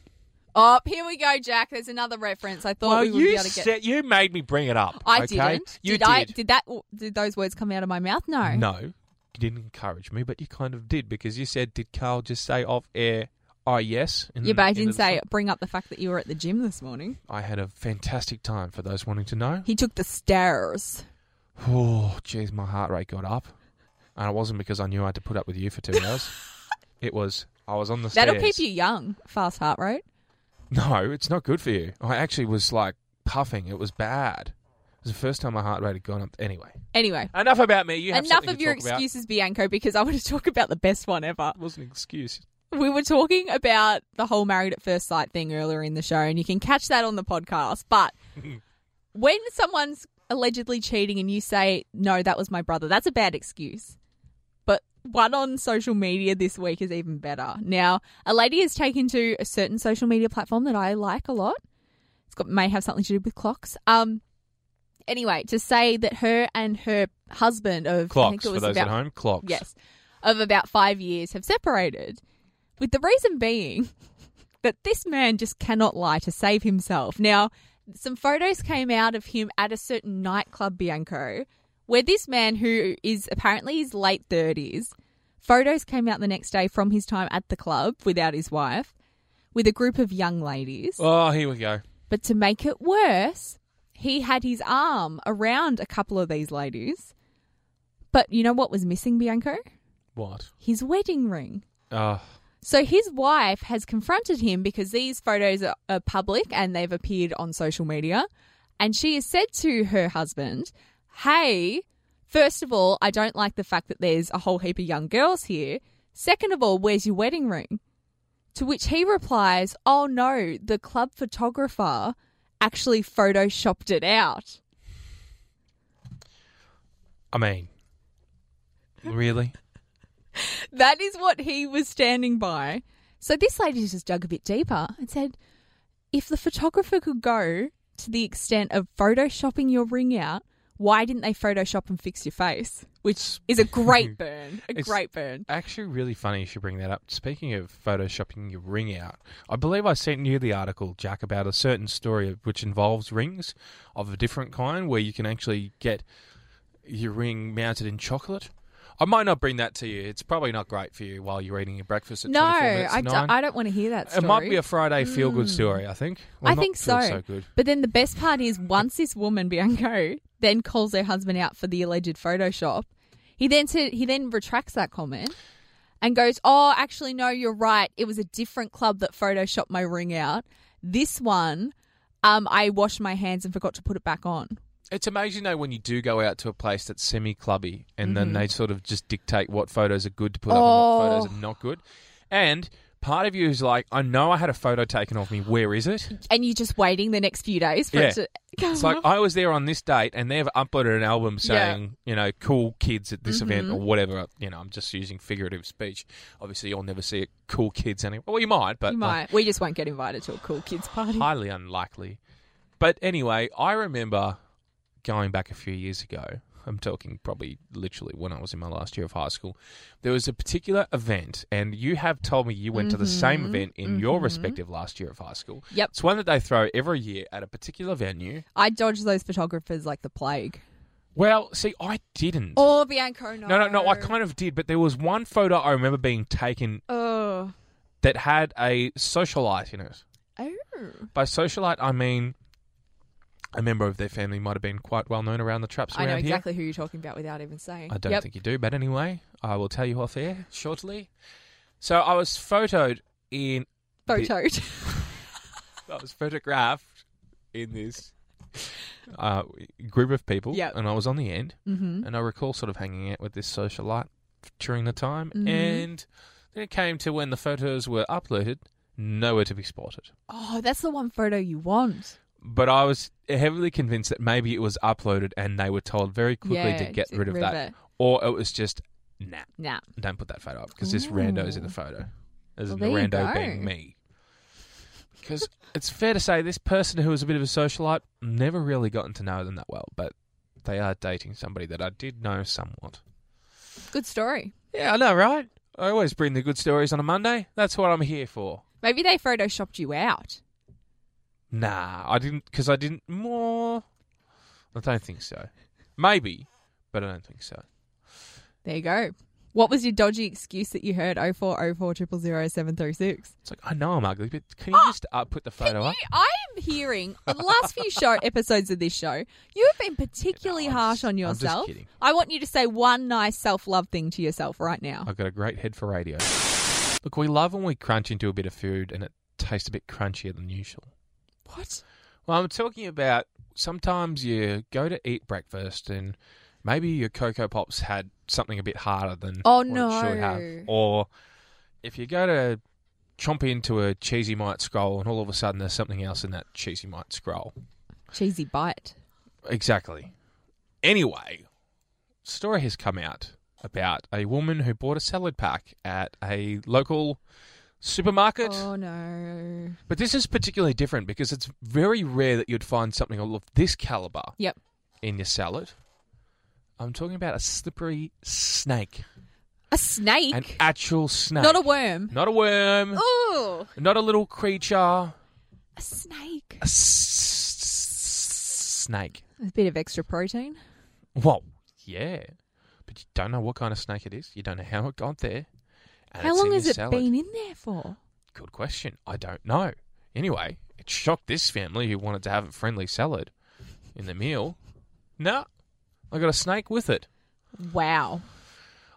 Oh, here we go, Jack. There's another reference. I thought well, we would you be able to get. said- you made me bring it up. I okay? didn't. You did, I? Did that? Did those words come out of my mouth? No. No, you didn't encourage me, but you kind of did because you said, "Did Carl just say off air?" Oh yes. in Yeah, the but I end didn't of the say song? bring up the fact that you were at the gym this morning. I had a fantastic time. For those wanting to know, He took the stairs. oh jeez, my heart rate got up, and it wasn't because I knew I had to put up with you for two [LAUGHS] hours. it was I was on the That'll stairs. keep you young. Fast heart rate. No, it's not good for you. I actually was like puffing. It was bad. It was the first time my heart rate had gone up. Anyway, Anyway, enough about me. You have enough something of to your talk about. excuses, Bianco, because I want to talk about the best one ever. It was an excuse. [LAUGHS] We were talking about the whole married at first sight thing earlier in the show, and you can catch that on the podcast. [LAUGHS] But when someone's allegedly cheating and you say, no, that was my brother, that's a bad excuse. But one on social media this week is even better. Now, a lady has taken to a certain social media platform that I like a lot. It's got may have something to do with clocks. Um, anyway, to say that her and her husband of I think Clocks it for was those about, at home. Clocks. yes, of about five years have separated, with the reason being [LAUGHS] that this man just cannot lie to save himself. Now, some photos came out of him at a certain nightclub, Bianco, where this man, who is apparently his late thirties, photos came out the next day from his time at the club without his wife, with a group of young ladies. Oh, here we go. But to make it worse, he had his arm around a couple of these ladies. But you know what was missing, Bianco? What? His wedding ring. Uh, So his wife has confronted him because these photos are, are public and they've appeared on social media. And she has said to her husband, Hey, first of all, I don't like the fact that there's a whole heap of young girls here. Second of all, where's your wedding ring? To which he replies, Oh no, the club photographer actually photoshopped it out. I [LAUGHS] mean, really? That is what he was standing by. So this lady just dug a bit deeper and said, if the photographer could go to the extent of photoshopping your ring out, why didn't they photoshop and fix your face? Which is [LAUGHS] a great burn. A It's- great burn. Actually, really funny you should bring that up. Speaking of photoshopping your ring out, I believe I sent you the article, Jack, about a certain story which involves rings of a different kind where you can actually get your ring mounted in chocolate. I might not bring that to you. It's probably not great for you while you're eating your breakfast at No, 24 minutes I to d- nine. I don't want to hear that story. Mm. It might be a Friday feel good story, I think. Well, I not think so. feel so good. But then the best part is once this woman Bianco [LAUGHS] then calls her husband out for the alleged Photoshop, he then said he then retracts that comment and goes, "Oh, actually, no, you're right. It was a different club that photoshopped my ring out. This one, um, I washed my hands and forgot to put it back on." It's amazing though when you do go out to a place that's semi clubby and Mm-hmm. then they sort of just dictate what photos are good to put up and what photos Oh. are not good. And part of you is like, I know I had a photo taken of me, where is it? And you're just waiting the next few days for Yeah. it to [LAUGHS] come. It's like up. I was there on this date and they've uploaded an album Yeah. Mm-hmm. saying, you know, cool kids at this event or whatever. You know, I'm just using figurative speech. Obviously you'll never see it cool kids anyway. Well you might, but you like, might. We just won't get invited to a cool kids party. highly unlikely. But anyway, I remember going back a few years ago. I'm talking probably literally when I was in my last year of high school. There was a particular event, and you have told me you went to the same event in your respective last year of high school. Mm-hmm. Yep. It's one that they throw every year at a particular venue. I dodge those photographers like the plague. Well, see, I didn't. Oh, Bianco, no. no, no, no, I kind of did, but there was one photo I remember being taken Oh. that had a socialite in it. Oh. By socialite, I mean a member of their family might have been quite well known around the traps I around know here. exactly who you're talking about without even saying. I don't Yep. think you do, but anyway, I will tell you off air shortly. So I was photoed in. Photoed. I was photographed in this uh, group of people, Yep. and I was on the end, mm-hmm. and I recall sort of hanging out with this socialite during the time, Mhm. and then it came to when the photos were uploaded, nowhere to be spotted. [LAUGHS] Oh, that's the one photo you want. But I was heavily convinced that maybe it was uploaded, and they were told very quickly yeah, to get just rid of that, it. or it was just nah. Nah. don't put that photo up because this rando's in the Ooh. photo. As in the Well, there you rando go. being me. Because it's fair to say this person who was a bit of a socialite never really gotten to know them that well, but they are dating somebody that I did know somewhat. Good story. Yeah, I know, right? I always bring the good stories on a Monday. That's what I'm here for. Maybe they photoshopped you out. Nah, I didn't because I didn't more. I don't think so. Maybe, but I don't think so. There you go. What was your dodgy excuse that you heard? Oh four oh four triple zero seven three six. It's like I know I'm ugly, but can you just uh, put the photo up? I'm hearing on the last [LAUGHS] few show episodes of this show, you have been particularly No, I'm harsh just- on I'm just yourself. kidding. I want you to say one nice self love thing to yourself right now. I've got a great head for radio. Look, we love when we crunch into a bit of food and it tastes a bit crunchier than usual. What? Well, I'm talking about sometimes you go to eat breakfast and maybe your Cocoa Pops had something a bit harder than Oh, what it should no. have. Or if you go to chomp into a cheesy mite scroll and all of a sudden there's something else in that cheesy mite scroll. Cheesy bite. Exactly. Anyway, story has come out about a woman who bought a salad pack at a local supermarket. Oh no. But this is particularly different because it's very rare that you'd find something of this caliber Yep. in your salad. I'm talking about a slippery snake, A snake, an actual snake, not a [LAUGHS] worm. not a worm, Ooh, not a little creature, a snake. a s- snake. A bit of extra protein. Well, yeah, but you don't know what kind of snake it is. You don't know how it got there. And How it's long in has your it salad. been in there for? Good question. I don't know. Anyway, it shocked this family who wanted to have a friendly salad in the meal. No, I got a snake with it. Wow.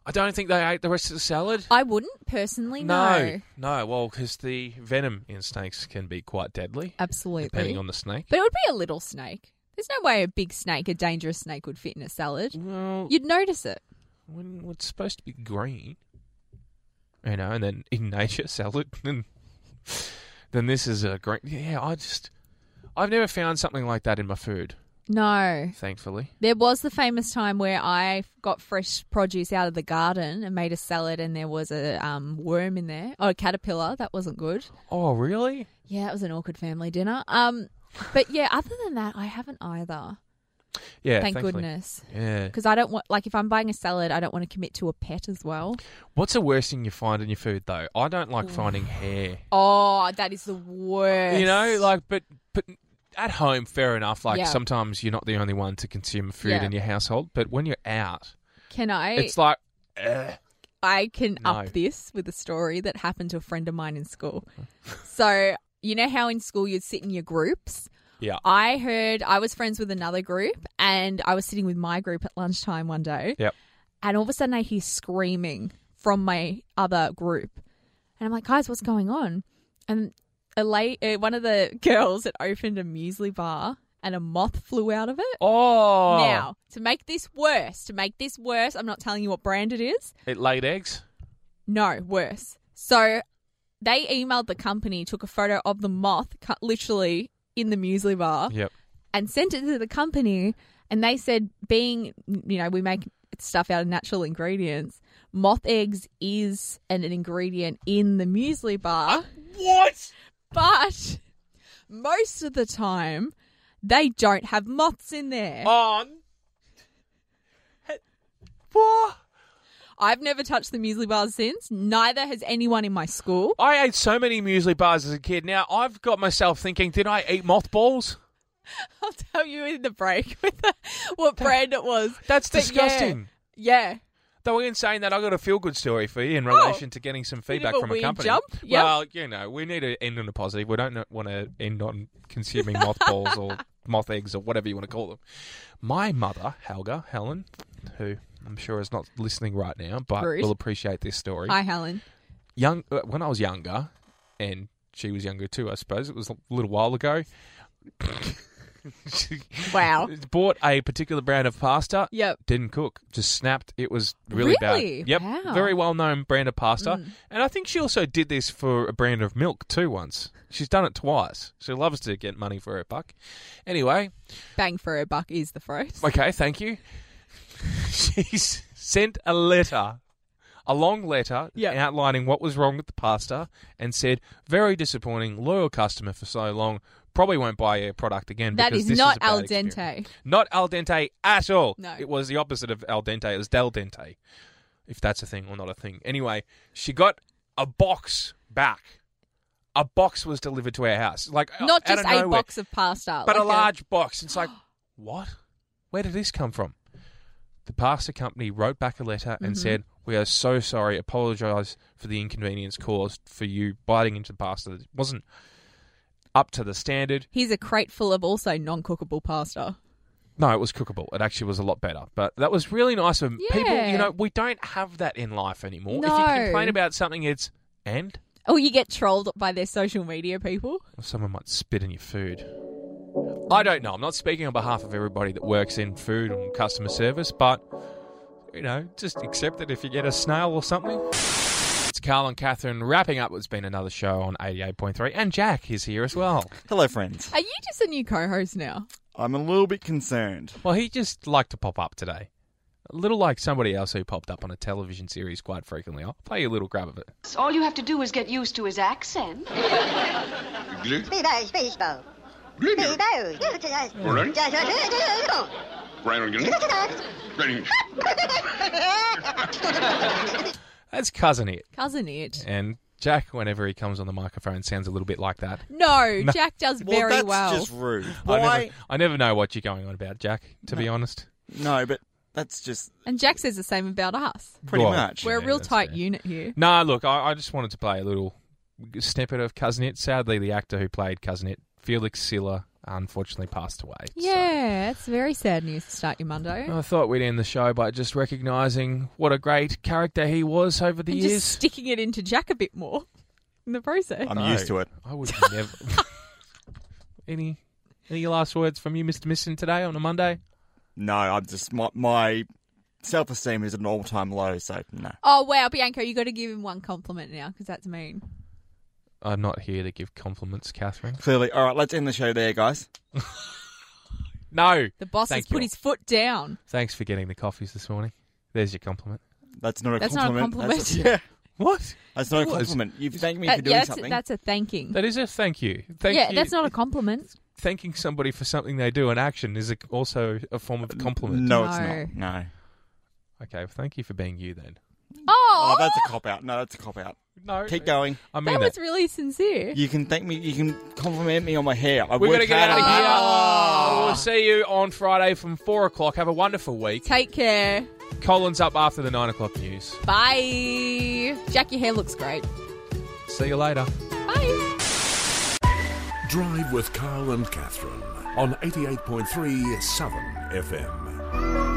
I don't think they ate the rest of the salad. I wouldn't personally. No, no. Well, because the venom in snakes can be quite deadly, absolutely. depending on the snake. but it would be a little snake. There's no way a big snake, a dangerous snake, would fit in a salad. Well, You'd notice it. when it's supposed to be green, you know, and then in nature [LAUGHS] salad, then then this is a green. Yeah, I just I've never found something like that in my food, No. thankfully. There was the famous time where I got fresh produce out of the garden and made a salad, and there was a um, worm in there. Oh, a caterpillar. That wasn't good. Oh, really? Yeah, it was an awkward family dinner. Um, but yeah, other than that, I haven't either. Yeah, Thank thankfully. goodness. Yeah. Because I don't want, like, if I'm buying a salad, I don't want to commit to a pet as well. What's the worst thing you find in your food though? I don't like finding hair. Oh, that is the worst. You know, like, but but at home, fair enough. Like Yeah. sometimes you're not the only one to consume food Yeah. in your household, but when you're out, can I? it's like, eh. I can No. up this with a story that happened to a friend of mine in school. so, you know how in school you'd sit in your groups? yeah, I heard I was friends with another group and I was sitting with my group at lunchtime one day. Yep. And all of a sudden I hear screaming from my other group. And I'm like, guys, what's going on? And a la- uh, one of the [LAUGHS] girls had opened a muesli bar and a moth flew out of it. oh, Now, to make this worse, to make this worse, I'm not telling you what brand it is. it laid eggs. No, worse. So they emailed the company, took a photo of the moth cu- literally in the muesli bar, Yep. and sent it to the company. And they said, being, you know, we make stuff out of natural ingredients, moth eggs is an, an ingredient in the muesli bar. What? But most of the time, they don't have moths in there. On. What? I've never touched the muesli bars since. Neither has anyone in my school. I ate so many muesli bars as a kid. Now I've got myself thinking, did I eat mothballs? I'll tell you in the break [LAUGHS] with the, what brand it was. That's But yeah, disgusting. Yeah. Though in saying that, I got a feel-good story for you in relation to getting some feedback Oh, of a from a weird company. jump, yep. Well, you know, we need to end on a positive. We don't want to end on [LAUGHS] consuming mothballs or moth eggs or whatever you want to call them. My mother, Helga Helen, who I'm sure is not listening right now, but Rude. will appreciate this story. Hi, Helen. Young uh, when I was younger, and she was younger too. I suppose it was a little while ago. she [LAUGHS] Wow. bought a particular brand of pasta Yep. didn't cook. Just snapped. It was really, Really? bad. Yep. Wow. Mm. Very well known brand of pasta. And I think she also did this for a brand of milk too once. She's done it twice. She loves to get money for her buck. Anyway, Bang for her buck is the phrase. okay, thank you. [LAUGHS] She's sent a letter, a long letter Yep. outlining what was wrong with the pasta and said, very disappointing, loyal customer for so long. Probably won't buy your product again. That because is this not a bad al experience." dente. Not al dente at all. No. It was the opposite of al dente. It was del dente, if that's a thing or not a thing. Anyway, she got a box back. A box was delivered to our house. Like uh, Not out just a of nowhere, box of pasta, but like a large box. [GASPS] It's like, what? Where did this come from? The pasta company wrote back a letter and Mm-hmm. said, "We are so sorry. Apologise for the inconvenience caused for you biting into the pasta. It wasn't up to the standard. Here's a crate full of also non-cookable pasta. No, it was cookable. It actually was a lot better. But that was really nice of people. Yeah. You know, we don't have that in life anymore. If No. you complain about something, it's and Or Oh, you get trolled by their social media people. or someone might spit in your food. I don't know. I'm not speaking on behalf of everybody that works in food and customer service, but you know, just accept that if you get a snail or something. It's Carl and Catherine wrapping up what's been another show on 88.3, and Jack is here as well. Hello, friends. Are you just a new co-host now? I'm a little bit concerned. Well, he just liked to pop up today. A little like somebody else who popped up on a television series quite frequently. I'll play you a little grab of it. All you have to do is get used to his accent. Speedo, speedo. Speedo. Brain would That's cousin it. Cousin it. And Jack, whenever he comes on the microphone, sounds a little bit like that. No, Jack does Well, very that's well. just rude. I Why? never, I never know what you're going on about, Jack. To be honest, No, but that's just And Jack says the same about us. pretty Well, much. We're a Yeah, real that's tight fair. unit here. Nah, look, I, I just wanted to play a little snippet of Cousin It. Sadly, the actor who played Cousin It, Felix Siller, unfortunately passed away. So- Yeah, it's very sad news to start your Monday. I thought we'd end the show by just recognising what a great character he was over the and years. just sticking it into Jack a bit more [LAUGHS] in the process. I'm No. used to it. I would [LAUGHS] never. any any last words from you, Mister Missing, today on a Monday? No, I'm just my, my self esteem is at an all time low. So no. Oh wow, Bianca, you got to give him one compliment now because that's mean. I'm not here to give compliments, Catherine. Clearly, all right. Let's end the show there, guys. No, The boss Thank has put you. his foot down. Thanks for getting the coffees this morning. There's your compliment. That's not a That's not a compliment. That's compliment. [LAUGHS] yeah, What? that's not a It was. compliment. You've thanked me Uh, for doing yeah, that's, something. that's a thanking. That is a thank you. Thank yeah, you. that's not a [LAUGHS] compliment. thanking somebody for something they do in action is a, also a form of compliment. no, No. it's not. No. Okay, well, thank you for being you then. Oh, Oh, that's a cop out. No, that's a cop out. No, Keep going. I mean that that. was really sincere. You can thank me. You can compliment me on my hair. I We're gonna worked get out hard of on here. that. We'll see you on Friday from four o'clock. Have a wonderful week. Take care. Colin's up after the nine o'clock news. Bye. Jack, your hair looks great. See you later. Bye. Drive with Carl and Catherine on 88.3 Southern FM.